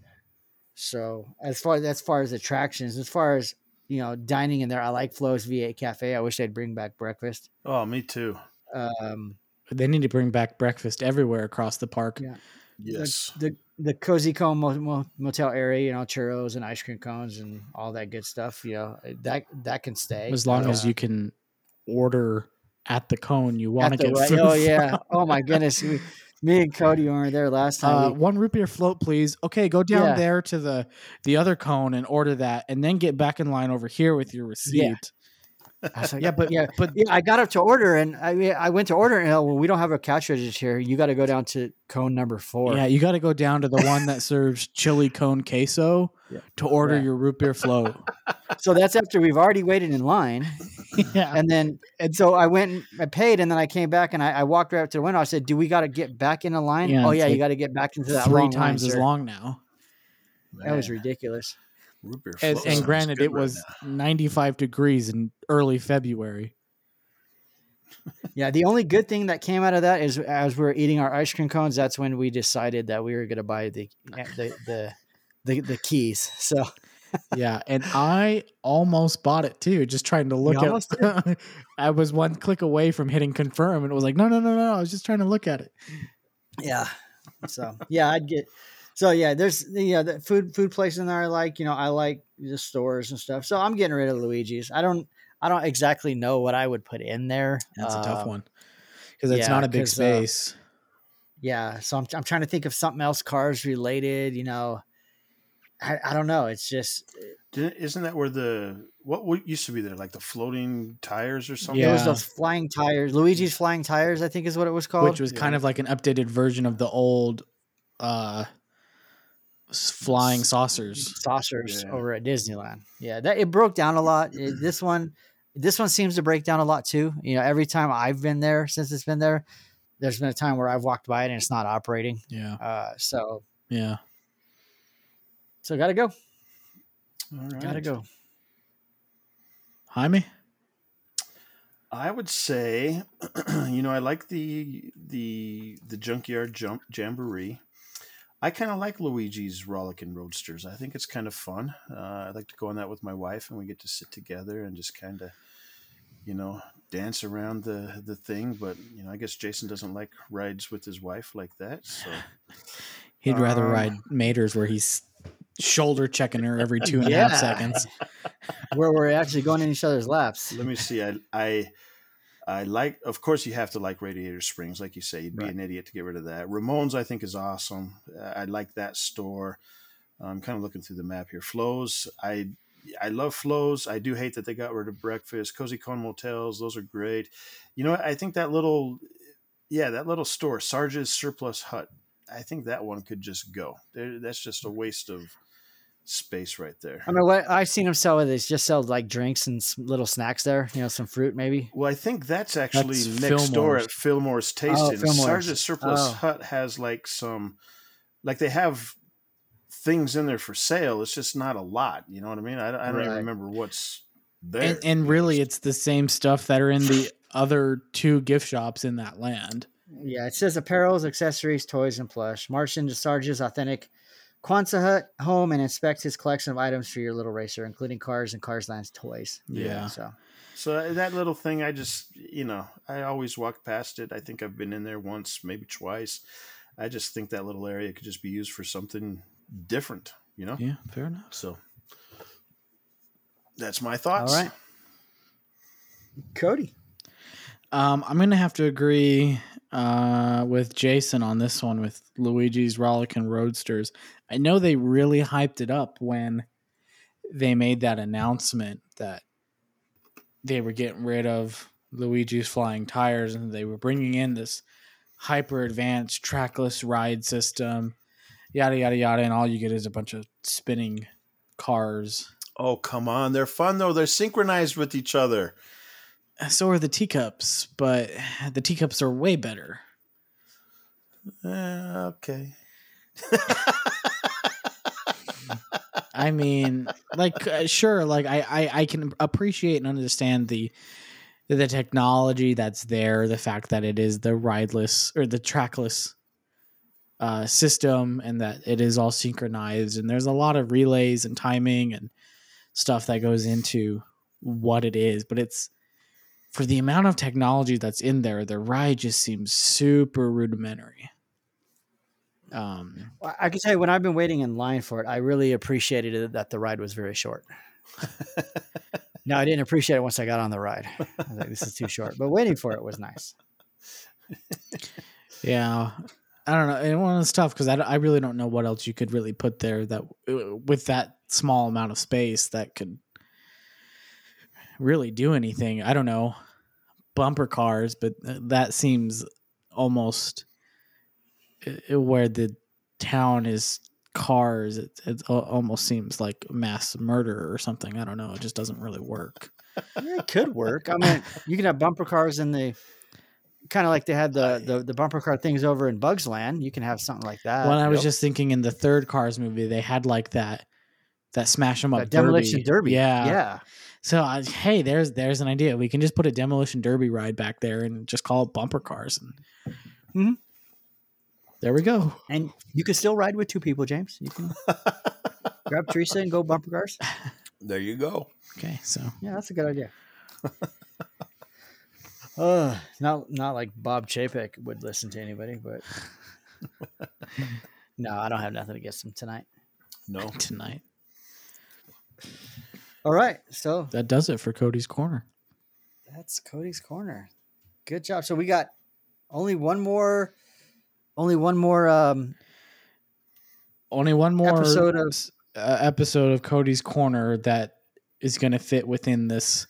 [SPEAKER 2] So as far as far as attractions, as far as you know, dining in there, I like Flo's V8 Cafe. I wish they'd bring back breakfast.
[SPEAKER 3] Oh, me too.
[SPEAKER 2] Um,
[SPEAKER 1] They need to bring back breakfast everywhere across the park.
[SPEAKER 2] Yeah.
[SPEAKER 3] Yes.
[SPEAKER 2] the the cozy cone mo- mo- motel area, you know, churros and ice cream cones and all that good stuff. You know, that that can stay
[SPEAKER 1] As long
[SPEAKER 2] Uh,
[SPEAKER 1] as you can order at the cone you want to
[SPEAKER 2] at the
[SPEAKER 1] get
[SPEAKER 2] right-
[SPEAKER 1] food.
[SPEAKER 2] Oh
[SPEAKER 1] from.
[SPEAKER 2] yeah. Oh my goodness. We- me and Cody were there last
[SPEAKER 1] Uh,
[SPEAKER 2] time. we-
[SPEAKER 1] one root beer float, please. Okay, go down
[SPEAKER 2] Yeah.
[SPEAKER 1] there to the the other cone and order that, and then get back in line over here with your receipt.
[SPEAKER 2] I was like,
[SPEAKER 1] Yeah, but
[SPEAKER 2] yeah,
[SPEAKER 1] but
[SPEAKER 2] yeah. I got up to order, and I mean, I went to order, and oh, well, we don't have a couch register here. You got to go down to cone number four.
[SPEAKER 1] yeah, you got to go down to the one that serves chili cone queso
[SPEAKER 2] Yeah.
[SPEAKER 1] to order
[SPEAKER 2] Yeah.
[SPEAKER 1] your root beer float.
[SPEAKER 2] So that's after we've already waited in line.
[SPEAKER 1] yeah,
[SPEAKER 2] and then and so I went and I paid, and then I came back and I, I walked right up to the window. I said, "Do we got to get back in a line?
[SPEAKER 1] Yeah,
[SPEAKER 2] oh
[SPEAKER 1] it's
[SPEAKER 2] yeah,
[SPEAKER 1] like
[SPEAKER 2] you got to get back into that
[SPEAKER 1] three
[SPEAKER 2] long line,
[SPEAKER 1] times as
[SPEAKER 2] sir."
[SPEAKER 1] long now.
[SPEAKER 2] That was
[SPEAKER 3] Man,
[SPEAKER 2] ridiculous.
[SPEAKER 3] root beer
[SPEAKER 1] And,
[SPEAKER 3] float
[SPEAKER 1] and
[SPEAKER 3] sounds
[SPEAKER 1] granted,
[SPEAKER 3] good
[SPEAKER 1] it
[SPEAKER 3] right
[SPEAKER 1] was
[SPEAKER 3] now.
[SPEAKER 1] 95 degrees in early February.
[SPEAKER 2] Yeah, the only good thing that came out of that is as we were eating our ice cream cones, that's when we decided that we were going to buy the the the. The, the keys. So
[SPEAKER 1] Yeah, and I almost bought it too, just trying to look
[SPEAKER 2] almost
[SPEAKER 1] at. I was one click away from hitting confirm, and it was like, no, no, no, no. I was just trying to look at it.
[SPEAKER 2] yeah, so yeah, I'd get. So yeah, there's yeah, the food food place in there. I like you know I like the stores and stuff. So I'm getting rid of Luigi's. I don't I don't exactly know what I would put in there.
[SPEAKER 1] That's a tough
[SPEAKER 2] Um,
[SPEAKER 1] one Uh, because it's
[SPEAKER 2] yeah,
[SPEAKER 1] not a big
[SPEAKER 2] 'cause, uh,
[SPEAKER 1] space.
[SPEAKER 2] yeah so I'm, I'm trying to think of something else cars related you know i, I don't know it's just
[SPEAKER 3] Didn't, isn't that where the what w- used to be there, like the floating tires or something?
[SPEAKER 2] it was
[SPEAKER 1] Yeah.
[SPEAKER 2] those flying tires luigi's flying tires i think is what it was called
[SPEAKER 1] which was kind of like an updated version of the old uh s- flying saucers
[SPEAKER 2] saucers
[SPEAKER 3] Yeah.
[SPEAKER 2] over at disneyland yeah that it broke down a lot It- this one this one seems to break down a lot too you know every time i've been there since it's been there there's been a time where i've walked by it and it's not operating
[SPEAKER 1] yeah
[SPEAKER 2] uh so
[SPEAKER 1] yeah
[SPEAKER 2] so gotta go
[SPEAKER 3] All right.
[SPEAKER 2] gotta go
[SPEAKER 1] jaime
[SPEAKER 3] I would say, you know, I like the the the junkyard jump jamboree. I kind of like Luigi's Rollickin' Roadsters. I think it's kind of fun. Uh, I like to go on that with my wife, and we get to sit together and just kind of, you know, dance around the the thing. But you know, I guess Jason doesn't like rides with his wife like that. So
[SPEAKER 1] he'd rather
[SPEAKER 3] Um,
[SPEAKER 1] ride maters where he's shoulder checking her every two and a half
[SPEAKER 2] Yeah.
[SPEAKER 1] seconds
[SPEAKER 2] where we're actually going in each other's laps
[SPEAKER 3] let me see. I I I like. Of course, you have to like Radiator Springs, like you say. You'd be
[SPEAKER 2] Right.
[SPEAKER 3] an idiot to get rid of that. Ramones, I think, is awesome. Uh, I like that store. I'm kind of looking through the map here. Flows, I I love Flows. I do hate that they got rid of breakfast. Cozy Cone Motels, those are great. You know, what? I think that little, yeah, that little store, Sarge's Surplus Hut. I think that one could just go. There, that's just a waste of space right there.
[SPEAKER 2] I mean, what I've seen them sell it is just sell like drinks and s- little snacks there. You know, some fruit maybe.
[SPEAKER 3] Well, I think that's actually
[SPEAKER 1] That's
[SPEAKER 3] next door
[SPEAKER 1] Fillmore's.
[SPEAKER 3] at Fillmore's
[SPEAKER 2] Oh,
[SPEAKER 3] Tasting.
[SPEAKER 2] Fillmore's.
[SPEAKER 3] Sarge's Surplus
[SPEAKER 2] Oh.
[SPEAKER 3] Hut has like some, like they have things in there for sale. It's just not a lot. You know what I mean? I, don't- I don't even
[SPEAKER 2] Right.
[SPEAKER 3] remember what's there.
[SPEAKER 1] and, and really it's the same stuff that are in the other two gift shops in that land
[SPEAKER 2] Yeah, it says apparels, accessories, toys, and plush. March into Sarge's authentic Quonset hut home and inspect his collection of items for your little racer, including cars and Cars Land's toys.
[SPEAKER 1] yeah,
[SPEAKER 2] So
[SPEAKER 3] so uh, that little thing, I just, you know, I always walk past it. I think I've been in there once, maybe twice. I just think that little area could just be used for something different. You know?
[SPEAKER 1] yeah fair enough
[SPEAKER 3] So that's my thoughts.
[SPEAKER 2] right. Cody.
[SPEAKER 1] Um, I'm gonna have to agree uh, with Jason on this one with Luigi's Rollickin' Roadsters. I know they really hyped it up when they made that announcement that they were getting rid of Luigi's flying tires and they were bringing in this hyper advanced trackless ride system, yada yada yada, and all you get is a bunch of spinning cars.
[SPEAKER 3] Oh, come on. They're fun, though. They're synchronized with each other.
[SPEAKER 1] So are the teacups, but the teacups are way better.
[SPEAKER 3] Uh, okay.
[SPEAKER 1] I mean, like, uh, sure, like I, I, I can appreciate and understand the the technology that's there, the fact that it is the rideless or the trackless uh, system and that it is all synchronized. And there's a lot of relays and timing and stuff that goes into what it is. But it's for the amount of technology that's in there, the ride just seems super rudimentary. Um,
[SPEAKER 2] Well, I can tell you when I've been waiting in line for it, I really appreciated it that the ride was very short. no, I didn't appreciate it once I got on the ride. I was like, this is too short. But waiting for it was nice.
[SPEAKER 1] yeah. I don't know. And one of it's tough because I, don't- I really don't know what else you could really put there that with that small amount of space that could really do anything. I don't know bumper cars, but uh, that seems almost uh, where the town is cars. It, it al- almost seems like mass murder or something. I don't know. It just doesn't really work.
[SPEAKER 2] Yeah, it could work. I mean, you can have bumper cars in the kind of like they had the, the the bumper car things over in Bugs Land. You can have something like that.
[SPEAKER 1] Well, I was
[SPEAKER 3] Yep.
[SPEAKER 1] just thinking in the third Cars movie, they had like that that smash 'em up
[SPEAKER 2] That demolition derby.
[SPEAKER 1] Yeah.
[SPEAKER 2] Yeah.
[SPEAKER 1] So I, hey, there's there's an idea. We can just put a demolition derby ride back there and just call it bumper cars. And
[SPEAKER 2] Mhm.
[SPEAKER 1] there we go.
[SPEAKER 2] And you can still ride with two people, James. You can grab Teresa and go bumper cars.
[SPEAKER 4] There you go.
[SPEAKER 1] Okay, so
[SPEAKER 2] Yeah, that's a good idea. uh, not not like Bob Chapek would listen to anybody, but no, I don't have nothing against him tonight.
[SPEAKER 3] No.
[SPEAKER 1] tonight
[SPEAKER 2] All right, so
[SPEAKER 1] that does it for Cody's corner.
[SPEAKER 2] that's Cody's corner. Good job. So we got only one more, only one more. Um,
[SPEAKER 1] Only one more
[SPEAKER 2] Episode of-
[SPEAKER 1] s- uh, episode of Cody's corner that is going to fit within this,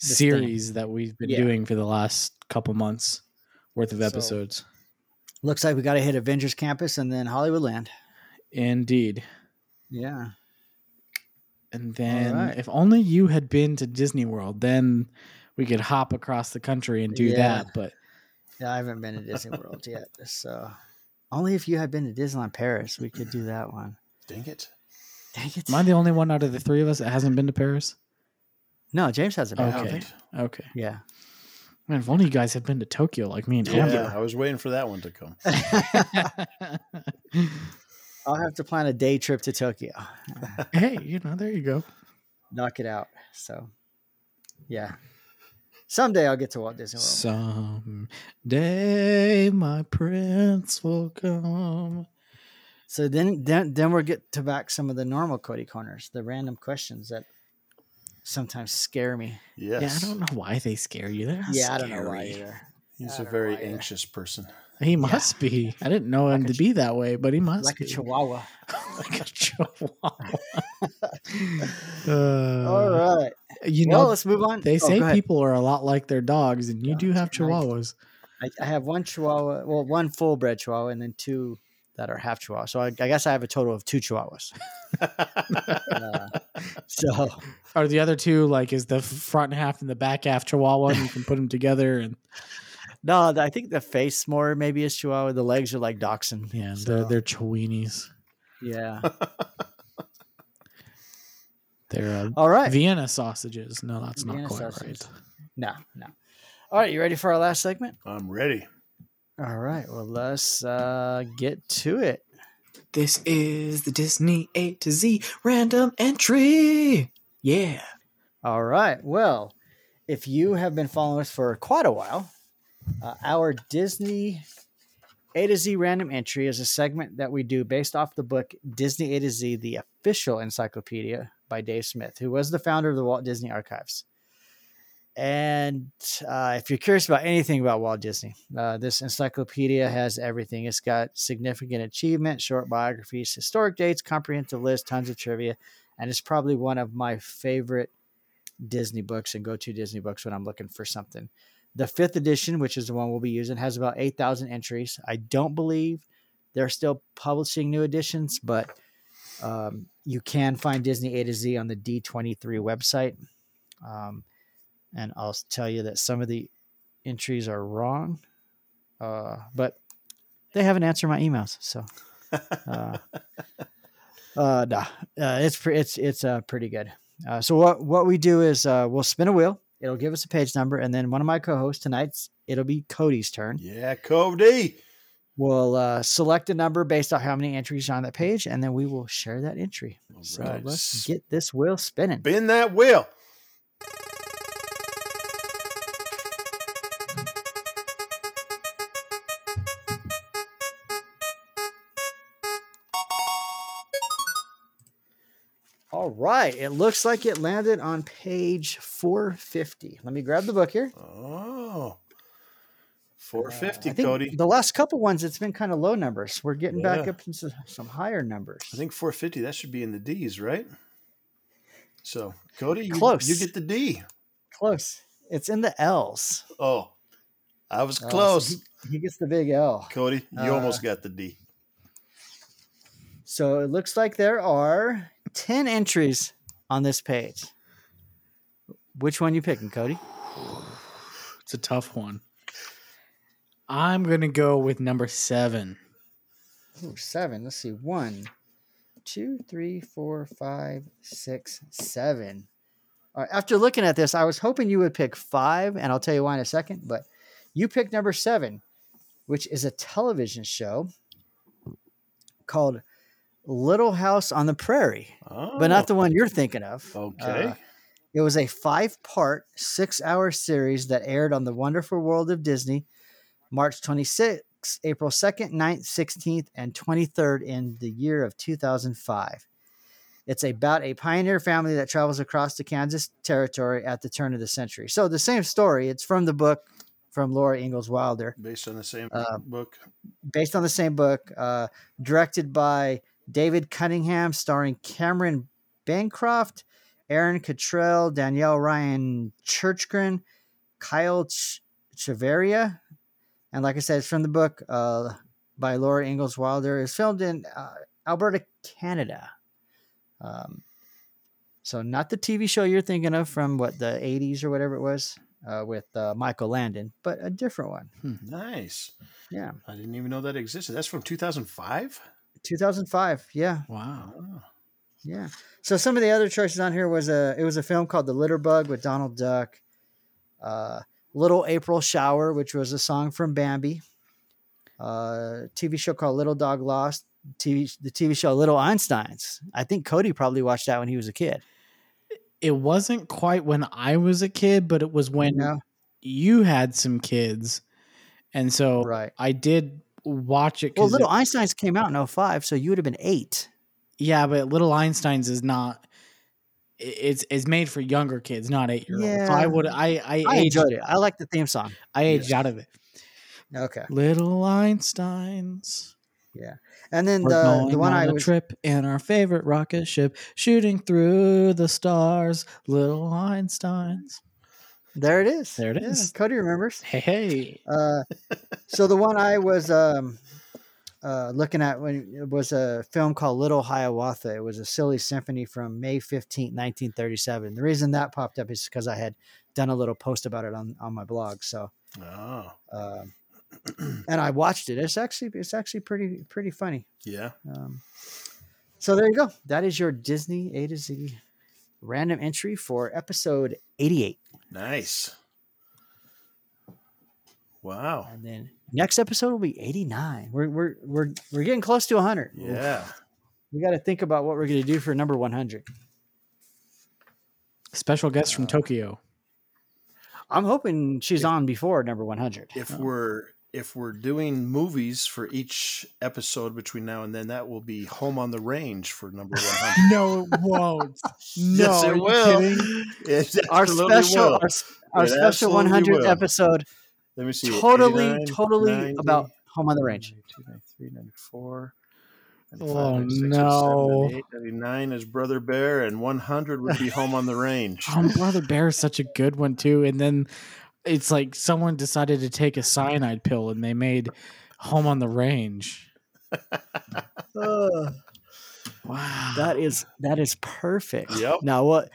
[SPEAKER 2] This theme.
[SPEAKER 1] series that we've been
[SPEAKER 2] Yeah.
[SPEAKER 1] doing for the last couple months worth of
[SPEAKER 2] So-
[SPEAKER 1] episodes.
[SPEAKER 2] looks like we got to hit Avengers Campus and then Hollywood Land.
[SPEAKER 1] Indeed.
[SPEAKER 2] Yeah,
[SPEAKER 1] And then
[SPEAKER 2] right.
[SPEAKER 1] if only you had been to Disney World, then we could hop across the country and do
[SPEAKER 2] Yeah.
[SPEAKER 1] that. But
[SPEAKER 2] yeah. I haven't been to Disney World yet, so only if you had been to Disneyland Paris, we could do that one.
[SPEAKER 3] Dang it.
[SPEAKER 2] Dang it!
[SPEAKER 1] am I the only one out of the three of us that hasn't been to Paris?
[SPEAKER 2] no, James hasn't been.
[SPEAKER 1] Okay.
[SPEAKER 3] Ouch.
[SPEAKER 1] Okay.
[SPEAKER 2] Yeah.
[SPEAKER 1] Man, if only you guys had been to Tokyo like me and
[SPEAKER 3] Yeah,
[SPEAKER 1] Amber.
[SPEAKER 3] I was waiting for that one to come.
[SPEAKER 2] I'll have to plan a day trip to Tokyo.
[SPEAKER 1] hey, you know, there you go.
[SPEAKER 2] Knock it out. So, yeah. Someday I'll get to Walt Disney World.
[SPEAKER 1] Someday my prince will come.
[SPEAKER 2] so then, then, then we'll get to back some of the normal Cody corners, the random questions that sometimes scare me.
[SPEAKER 3] Yes.
[SPEAKER 1] Yeah, I don't know why they scare you. They're not
[SPEAKER 2] yeah, I don't know why
[SPEAKER 1] scary.
[SPEAKER 2] either. I
[SPEAKER 3] He's a
[SPEAKER 2] don't know
[SPEAKER 3] very
[SPEAKER 2] either.
[SPEAKER 3] anxious person.
[SPEAKER 1] He must be. I didn't know him
[SPEAKER 2] Like a
[SPEAKER 1] to
[SPEAKER 2] ch-
[SPEAKER 1] be that way, but he must
[SPEAKER 2] Like
[SPEAKER 1] be.
[SPEAKER 2] a chihuahua.
[SPEAKER 1] like a chihuahua. Uh,
[SPEAKER 2] All right.
[SPEAKER 1] You
[SPEAKER 2] well,
[SPEAKER 1] know,
[SPEAKER 2] let's move on.
[SPEAKER 1] they
[SPEAKER 2] Oh,
[SPEAKER 1] say
[SPEAKER 2] go ahead.
[SPEAKER 1] people are a lot like their dogs, and you do
[SPEAKER 2] Dogs
[SPEAKER 1] have
[SPEAKER 2] are nice.
[SPEAKER 1] chihuahuas.
[SPEAKER 2] I, I have one chihuahua, well, one full bred chihuahua, and then two that are half chihuahua. So I, I guess I have a total of two chihuahuas. Uh, so.
[SPEAKER 1] Are the other two like is the front half and the back half chihuahua, and you can put them together? And
[SPEAKER 2] No, th- I think the face more maybe is Chihuahua. The legs are like Dachshund.
[SPEAKER 1] yeah,
[SPEAKER 2] So,
[SPEAKER 1] they're they're chiweenies.
[SPEAKER 2] yeah.
[SPEAKER 1] They're
[SPEAKER 2] All
[SPEAKER 1] uh,
[SPEAKER 2] right.
[SPEAKER 1] Vienna sausages. No, that's
[SPEAKER 2] Vienna
[SPEAKER 1] not quite
[SPEAKER 2] sausages.
[SPEAKER 1] right.
[SPEAKER 2] no, no. All right, you ready for our last segment?
[SPEAKER 3] I'm ready.
[SPEAKER 2] All right. Well, let's uh, get to it.
[SPEAKER 5] This is the Disney A to Z random entry. Yeah.
[SPEAKER 2] All right. Well, if you have been following us for quite a while, uh, our Disney A to Z random entry is a segment that we do based off the book Disney A to Z, the official encyclopedia by Dave Smith, who was the founder of the Walt Disney Archives. And uh, if you're curious about anything about Walt Disney, uh, this encyclopedia has everything. It's got significant achievements, short biographies, historic dates, comprehensive list, tons of trivia, and it's probably one of my favorite Disney books and go to Disney books when I'm looking for something. The fifth edition, which is the one we'll be using, has about 8,000 entries. I don't believe they're still publishing new editions, but um, you can find Disney A to Z on the D23 website. Um, and I'll s- tell you that some of the entries are wrong, uh, but they haven't answered my emails. So, uh, uh, nah, uh, it's, pre- it's, it's uh, pretty good. Uh, so what what we do is uh, we'll spin a wheel. It'll give us a page number, and then one of my co-hosts tonight's it'll be Cody's turn.
[SPEAKER 3] Yeah, Cody.
[SPEAKER 2] We'll uh, select a number based on how many entries on that page, and then we will share that entry. So
[SPEAKER 3] Right.
[SPEAKER 2] let's get this wheel spinning.
[SPEAKER 3] Bend that wheel.
[SPEAKER 2] All right. It looks like it landed on page 450. Let me grab the book here. I
[SPEAKER 3] Oh. 450,
[SPEAKER 2] Uh, think
[SPEAKER 3] Cody.
[SPEAKER 2] the last couple ones, it's been kind of low numbers. We're getting back
[SPEAKER 3] Yeah.
[SPEAKER 2] up into some- some higher numbers.
[SPEAKER 3] I think 450, that should be in the D's, right? So, Cody, you,
[SPEAKER 2] Close.
[SPEAKER 3] you get the D.
[SPEAKER 2] close. It's in the L's.
[SPEAKER 3] Oh, I was
[SPEAKER 2] Uh, so
[SPEAKER 3] close.
[SPEAKER 2] he- he gets the big L.
[SPEAKER 3] Cody, you
[SPEAKER 2] Uh,
[SPEAKER 3] almost got the D.
[SPEAKER 2] So it looks like there are 10 entries on this page. Which one you picking, Cody?
[SPEAKER 1] It's a tough one. I'm gonna go with number seven.
[SPEAKER 2] Ooh, seven. Let's see. One, two, three, four, five, six, seven. All right. After looking at this, I was hoping you would pick five, and I'll tell you why in a second, but you picked number seven, which is a television show called Little House on the Prairie,
[SPEAKER 3] Oh,
[SPEAKER 2] but not the one you're thinking of.
[SPEAKER 3] Okay.
[SPEAKER 2] Uh, It was a five part, six hour series that aired on the Wonderful World of Disney March 26th, April 2nd, 9th, 16th, and 23rd in the year of 2005. It's about a pioneer family that travels across the Kansas territory at the turn of the century. So, the same story. It's from the book from Laura Ingalls Wilder,
[SPEAKER 3] Based on the same
[SPEAKER 2] uh,
[SPEAKER 3] book.
[SPEAKER 2] based on the same book, uh, directed by David Cunningham, starring Cameron Bancroft, Aaron Cottrell, Danielle Ryan Churchgren, Kyle Ch- Chaveria, and like I said, it's from the book uh, by Laura Ingalls Wilder. It's filmed in uh, Alberta, Canada. Um, so not the TV show you're thinking of from what the '80s or whatever it was uh, with uh, Michael Landon, but a different one.
[SPEAKER 3] Nice.
[SPEAKER 2] Yeah.
[SPEAKER 3] I didn't even know that existed. That's from 2005?
[SPEAKER 2] 2005. Yeah,
[SPEAKER 1] Wow.
[SPEAKER 3] Oh,
[SPEAKER 2] Yeah. So some of the other choices on here was a it was a film called The Litter Bug with Donald Duck, uh, Little April Shower, which was a song from Bambi, uh, TV show called Little Dog Lost, TV the TV show Little Einsteins. I think Cody probably watched that when he was a kid.
[SPEAKER 1] It wasn't quite when I was a kid, but it was when
[SPEAKER 2] No.
[SPEAKER 1] you had some kids, and so
[SPEAKER 2] Right.
[SPEAKER 1] I did watch Oh, it.
[SPEAKER 2] Well,
[SPEAKER 1] 'cause
[SPEAKER 2] Little
[SPEAKER 1] it-
[SPEAKER 2] Einsteins came out in 05, so you would have been eight.
[SPEAKER 1] yeah, but Little Einstein's is not. i- It's it's made for younger kids, not eight year olds. So I
[SPEAKER 2] Yeah.
[SPEAKER 1] would I I,
[SPEAKER 2] I
[SPEAKER 1] aged
[SPEAKER 2] enjoyed it. I like the theme song.
[SPEAKER 1] I aged
[SPEAKER 3] Yes.
[SPEAKER 1] out of it.
[SPEAKER 2] Okay.
[SPEAKER 1] Little Einsteins.
[SPEAKER 2] And then
[SPEAKER 1] We're
[SPEAKER 2] the,
[SPEAKER 1] going
[SPEAKER 2] the one
[SPEAKER 1] on
[SPEAKER 2] I
[SPEAKER 1] a
[SPEAKER 2] was
[SPEAKER 1] trip in our favorite rocket ship, shooting through the stars, little Einsteins.
[SPEAKER 2] there it is.
[SPEAKER 1] There it
[SPEAKER 2] Yeah,
[SPEAKER 1] is.
[SPEAKER 2] Cody remembers.
[SPEAKER 1] Hey, hey.
[SPEAKER 2] Uh, so the one I was um, uh, looking at when it was a film called Little Hiawatha. It was a silly symphony from May fifteenth, nineteen 1937. The reason that popped up is because I had done a little post about it on, on my blog. So,
[SPEAKER 3] oh.
[SPEAKER 2] um, and I watched it. It's actually, it's actually pretty, pretty funny.
[SPEAKER 3] yeah.
[SPEAKER 2] Um, so there you go. That is your Disney A to Z random entry for episode 88.
[SPEAKER 3] Nice. Wow.
[SPEAKER 2] And then next episode will be 89. We're, we're, we're, we're getting close to 100.
[SPEAKER 3] Yeah.
[SPEAKER 2] We got to think about what we're going to do for number 100.
[SPEAKER 1] Special guest
[SPEAKER 2] Uh.
[SPEAKER 1] from Tokyo.
[SPEAKER 2] I'm hoping she's on before number Uh, 100.
[SPEAKER 3] If we're if we're doing movies for each episode between now and then, that will be Home on the Range for number one hundred.
[SPEAKER 1] No, it won't. No,
[SPEAKER 3] Yes, it
[SPEAKER 1] are you
[SPEAKER 3] will.
[SPEAKER 1] kidding?
[SPEAKER 3] It
[SPEAKER 2] Our
[SPEAKER 3] absolutely
[SPEAKER 2] special,
[SPEAKER 3] will.
[SPEAKER 2] our, s- our
[SPEAKER 3] It
[SPEAKER 2] special
[SPEAKER 3] absolutely
[SPEAKER 2] 100
[SPEAKER 3] will.
[SPEAKER 2] episode,
[SPEAKER 3] Let me see.
[SPEAKER 2] totally,
[SPEAKER 3] 89,
[SPEAKER 2] totally
[SPEAKER 3] 90,
[SPEAKER 2] about Home on the Range.
[SPEAKER 3] 92, 93, 94,
[SPEAKER 1] Oh,
[SPEAKER 3] 95, 96, 97,
[SPEAKER 1] no.
[SPEAKER 3] 98, 99 is Brother Bear, and 100 would be Home on the Range.
[SPEAKER 1] Oh, Brother Bear is such a good one, too. And then it's like someone decided to take a cyanide pill and they made Home on the Range.
[SPEAKER 2] Ugh,
[SPEAKER 1] Wow.
[SPEAKER 2] that is that is perfect.
[SPEAKER 3] Yep.
[SPEAKER 2] Now what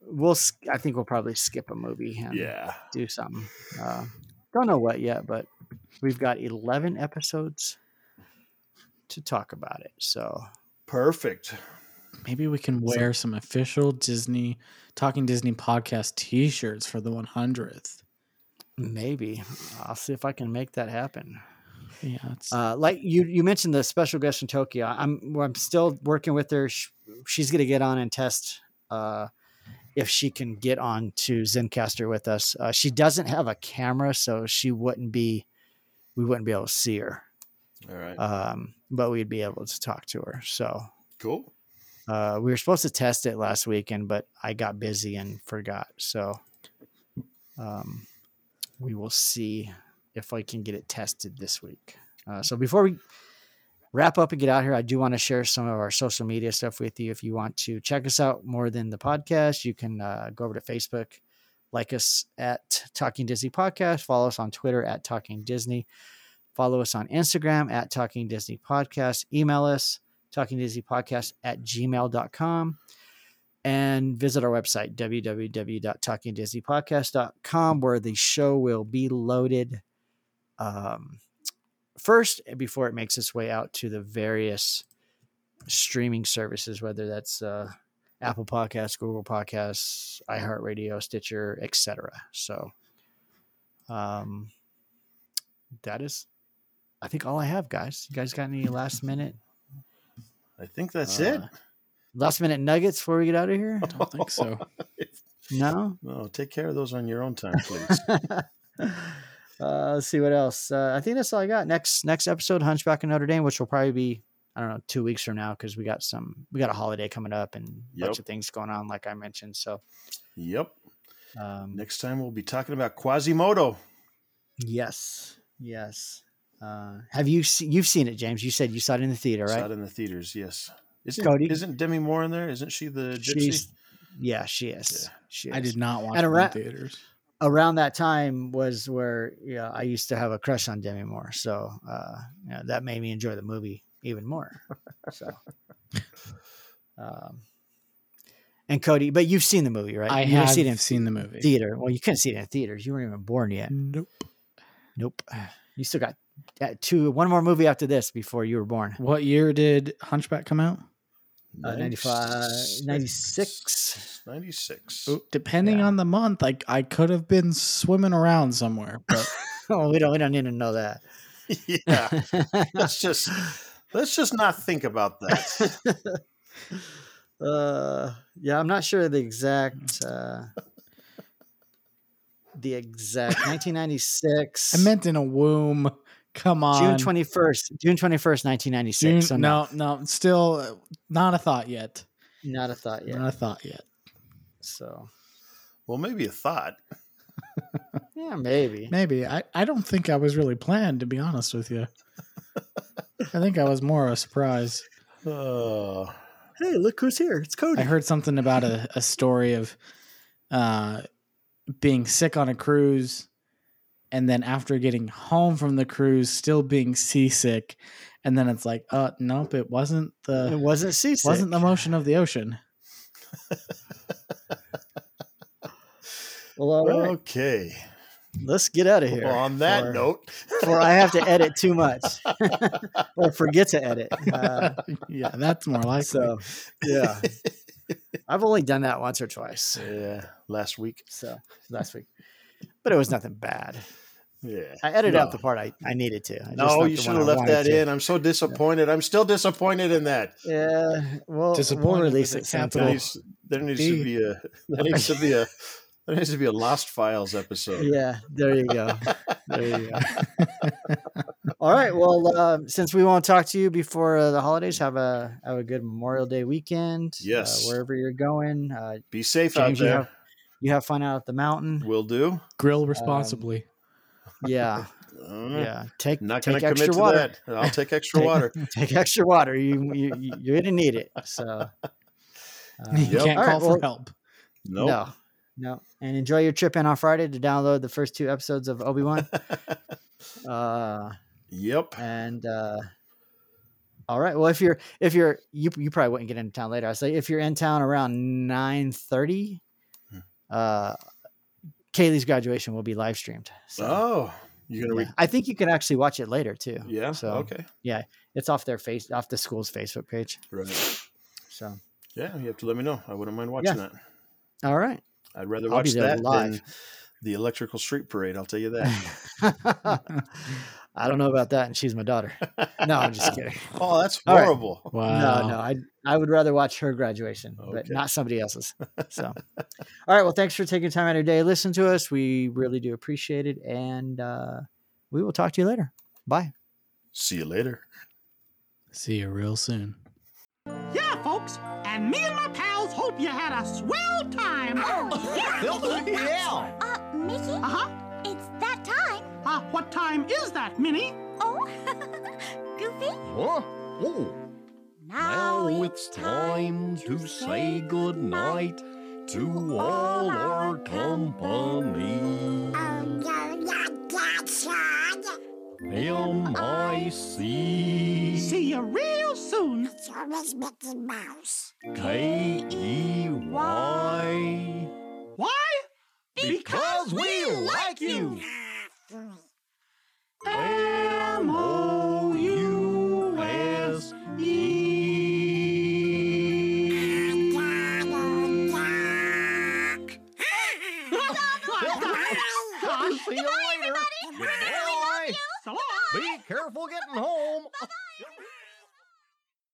[SPEAKER 2] we'll s- I think we'll probably skip a movie and
[SPEAKER 3] Yeah.
[SPEAKER 2] do something. Uh, don't know what yet, but we've got 11 episodes to talk about it. So
[SPEAKER 3] Perfect.
[SPEAKER 1] Maybe we can wear some official Disney Talking Disney podcast t shirts for the 100th.
[SPEAKER 2] Maybe. I'll see if I can make that happen.
[SPEAKER 1] Yeah, it's,
[SPEAKER 2] Uh, like you, you mentioned the special guest from Tokyo. I'm, well, I'm still working with her. Sh she's going to get on and test uh, if she can get on to ZenCaster with us. Uh, she doesn't have a camera, so she wouldn't be, we wouldn't be able to see her,
[SPEAKER 3] All right.
[SPEAKER 2] um, but we'd be able to talk to her. So
[SPEAKER 3] cool.
[SPEAKER 2] uh, we were supposed to test it last weekend, but I got busy and forgot. So um, we will see if I can get it tested this week. Uh, so before we wrap up and get out here, I do want to share some of our social media stuff with you. If you want to check us out more than the podcast, you can uh, go over to Facebook, like us at Talking Disney Podcast, follow us on Twitter at Talking Disney, follow us on Instagram at Talking Disney Podcast, email us talking disney podcast at gmail.com and visit our website www.talkingdisneypodcast.com where the show will be loaded um, first before it makes its way out to the various streaming services whether that's uh, apple podcasts google podcasts iheartradio stitcher etc so um, that is i think all i have guys you guys got any last minute
[SPEAKER 3] I think that's
[SPEAKER 2] Uh, Last minute nuggets before we get out of here?
[SPEAKER 1] I don't think so.
[SPEAKER 2] No.
[SPEAKER 3] it. No, take care of those on your own time, please.
[SPEAKER 2] uh, let's see what else. Uh, I think that's all I got. Next next episode, Hunchback of Notre Dame, which will probably be I don't know two weeks from now because we got some we got a holiday coming up and a bunch
[SPEAKER 3] Yep.
[SPEAKER 2] of things going on, like I mentioned. So
[SPEAKER 3] yep.
[SPEAKER 2] um,
[SPEAKER 3] Next time we'll be talking about Quasimodo.
[SPEAKER 2] yes, yes. Uh, have you se- you've seen it, James? You said you saw it in the theater,
[SPEAKER 3] It's
[SPEAKER 2] right?
[SPEAKER 3] out in the theaters. Yes. Isn't
[SPEAKER 2] Cody?
[SPEAKER 3] isn't Demi Moore in there? Isn't she the gypsy?
[SPEAKER 2] She's yeah, she is.
[SPEAKER 3] Yeah.
[SPEAKER 2] She is.
[SPEAKER 1] I did not watch
[SPEAKER 2] And
[SPEAKER 1] it
[SPEAKER 2] a
[SPEAKER 1] in
[SPEAKER 2] ra-
[SPEAKER 1] theaters.
[SPEAKER 2] around that time was where yeah I used to have a crush on Demi Moore, so uh, you know, that made me enjoy the movie even more. So, um, and Cody, but you've seen the movie, right?
[SPEAKER 1] I
[SPEAKER 2] You didn't
[SPEAKER 1] have
[SPEAKER 2] see it
[SPEAKER 1] seen,
[SPEAKER 2] in
[SPEAKER 1] the movie.
[SPEAKER 2] theater. Well, you couldn't see it in theaters; you weren't even born yet.
[SPEAKER 1] Nope.
[SPEAKER 2] Nope. You still got uh, two, one more movie after this before you were born.
[SPEAKER 1] What year did Hunchback come out?
[SPEAKER 2] Uh, 95, 96.
[SPEAKER 3] 96.
[SPEAKER 1] Depending
[SPEAKER 2] Oh, Yeah.
[SPEAKER 1] on the month, like I could have been swimming around somewhere, but
[SPEAKER 2] Oh, we don't, we don't need to know that.
[SPEAKER 3] yeah. Let's just let's just not think about that.
[SPEAKER 2] uh yeah i'm not sure the exact uh the exact 1996
[SPEAKER 1] I meant in a womb. Come on.
[SPEAKER 2] june 21st june 21st 1996
[SPEAKER 1] June-
[SPEAKER 2] so
[SPEAKER 1] no, no, still uh, not a thought yet.
[SPEAKER 2] not a thought yet
[SPEAKER 1] Not a thought yet.
[SPEAKER 2] so
[SPEAKER 3] Well, maybe a thought.
[SPEAKER 2] yeah maybe
[SPEAKER 1] Maybe. I, I don't think I was really planned, to be honest with you. I think I was more a surprise.
[SPEAKER 3] Oh.
[SPEAKER 2] hey look who's here it's
[SPEAKER 1] I
[SPEAKER 2] cody
[SPEAKER 1] heard something about a, a story of uh, being sick on a cruise and then after getting home from the cruise, still being seasick. And then it's like, uh, nope, it wasn't
[SPEAKER 2] it
[SPEAKER 1] the
[SPEAKER 2] wasn't seasick
[SPEAKER 1] wasn't the motion of the ocean.
[SPEAKER 2] well all right
[SPEAKER 3] Okay.
[SPEAKER 2] let's get out of here
[SPEAKER 3] Well, on that
[SPEAKER 2] before-
[SPEAKER 3] note,
[SPEAKER 2] before i have to edit too much or forget to edit uh,
[SPEAKER 1] yeah, that's more like
[SPEAKER 2] so yeah i've only done that once or twice
[SPEAKER 3] yeah, last week.
[SPEAKER 2] so last week but it was nothing bad
[SPEAKER 3] Yeah.
[SPEAKER 2] I edited out
[SPEAKER 3] No.
[SPEAKER 2] the part I, I needed to. I just
[SPEAKER 3] No,
[SPEAKER 2] not
[SPEAKER 3] you
[SPEAKER 2] the
[SPEAKER 3] should
[SPEAKER 2] one I
[SPEAKER 3] have left
[SPEAKER 2] wanted
[SPEAKER 3] that
[SPEAKER 2] to.
[SPEAKER 3] in. I'm so disappointed. I'm still disappointed in that.
[SPEAKER 2] Yeah, well, we'll
[SPEAKER 1] Disappointed
[SPEAKER 2] release
[SPEAKER 1] with
[SPEAKER 2] it
[SPEAKER 1] the
[SPEAKER 3] There
[SPEAKER 1] Cool.
[SPEAKER 2] sometime.
[SPEAKER 1] capital.
[SPEAKER 3] needs, there needs
[SPEAKER 1] D.
[SPEAKER 3] to be a there needs to be a there needs to be a Lost Files episode.
[SPEAKER 2] Yeah, there you go. There you go. All right. Well, uh, since we won't talk to you before uh, the holidays, have a have a good Memorial Day weekend. uh,
[SPEAKER 3] Yes.
[SPEAKER 2] wherever you're going, uh,
[SPEAKER 3] Be safe
[SPEAKER 2] James, you
[SPEAKER 3] out there.
[SPEAKER 2] have- you have fun out at the mountain.
[SPEAKER 3] Will do.
[SPEAKER 2] Um,
[SPEAKER 1] grill responsibly.
[SPEAKER 2] Yeah,
[SPEAKER 3] Uh,
[SPEAKER 2] yeah. Take
[SPEAKER 3] Not going
[SPEAKER 2] take
[SPEAKER 3] to commit
[SPEAKER 2] extra
[SPEAKER 3] to
[SPEAKER 2] water.
[SPEAKER 3] that. I'll take extra
[SPEAKER 2] Take-
[SPEAKER 3] water.
[SPEAKER 2] Take extra water. You you you- you're gonna need it. So uh,
[SPEAKER 1] you
[SPEAKER 3] Yep.
[SPEAKER 1] can't
[SPEAKER 2] all right,
[SPEAKER 1] call for
[SPEAKER 2] well,
[SPEAKER 1] help.
[SPEAKER 3] Nope.
[SPEAKER 2] No. No. And enjoy your trip in on Friday to download the first two episodes of Obi Wan. uh,
[SPEAKER 3] Yep.
[SPEAKER 2] and uh, all right. Well, if you're if you're you you probably wouldn't get into town later. I say if you're in town around nine thirty,
[SPEAKER 3] Hmm.
[SPEAKER 2] uh, Kaylee's graduation will be live streamed. So.
[SPEAKER 3] Oh, you're going to
[SPEAKER 2] yeah. I think you can actually watch it later too.
[SPEAKER 3] read. Yeah.
[SPEAKER 2] So
[SPEAKER 3] Okay.
[SPEAKER 2] it's off their face, off the school's Facebook page.
[SPEAKER 3] Right.
[SPEAKER 2] So
[SPEAKER 3] Yeah. You have to let me know. I wouldn't mind watching that.
[SPEAKER 2] all right.
[SPEAKER 3] I'd rather
[SPEAKER 2] I'll be
[SPEAKER 3] watch
[SPEAKER 2] there
[SPEAKER 3] that
[SPEAKER 2] live.
[SPEAKER 3] than the Electrical Street Parade. I'll tell you that.
[SPEAKER 2] I I don't know about that. And she's my daughter. No, I'm just kidding.
[SPEAKER 3] Oh, that's
[SPEAKER 2] All right.
[SPEAKER 3] horrible.
[SPEAKER 1] Wow.
[SPEAKER 2] No, no, I I would rather watch her graduation, but
[SPEAKER 3] Okay.
[SPEAKER 2] not somebody else's. So, all right. Well, thanks for taking time out of your day, to listen to us. We really do appreciate it, and uh, we will talk to you later. Bye.
[SPEAKER 3] See you later.
[SPEAKER 1] See you real soon.
[SPEAKER 4] Yeah, folks, and me and my pals hope you had a swell time.
[SPEAKER 6] Oh, Uh, Mickey,
[SPEAKER 4] Uh huh.
[SPEAKER 6] it's that time.
[SPEAKER 4] Uh, what time is that, Minnie?
[SPEAKER 6] Oh, Goofy?
[SPEAKER 7] Huh? Oh, now it's time to say goodnight to all our company. M I C
[SPEAKER 4] See you real soon.
[SPEAKER 7] K E Y.
[SPEAKER 4] Why?
[SPEAKER 7] Because we like you.
[SPEAKER 4] M O U S.
[SPEAKER 7] Oh, S E.
[SPEAKER 4] Gosh.
[SPEAKER 7] See you later. Goodbye.
[SPEAKER 4] So long.
[SPEAKER 7] Be careful getting home.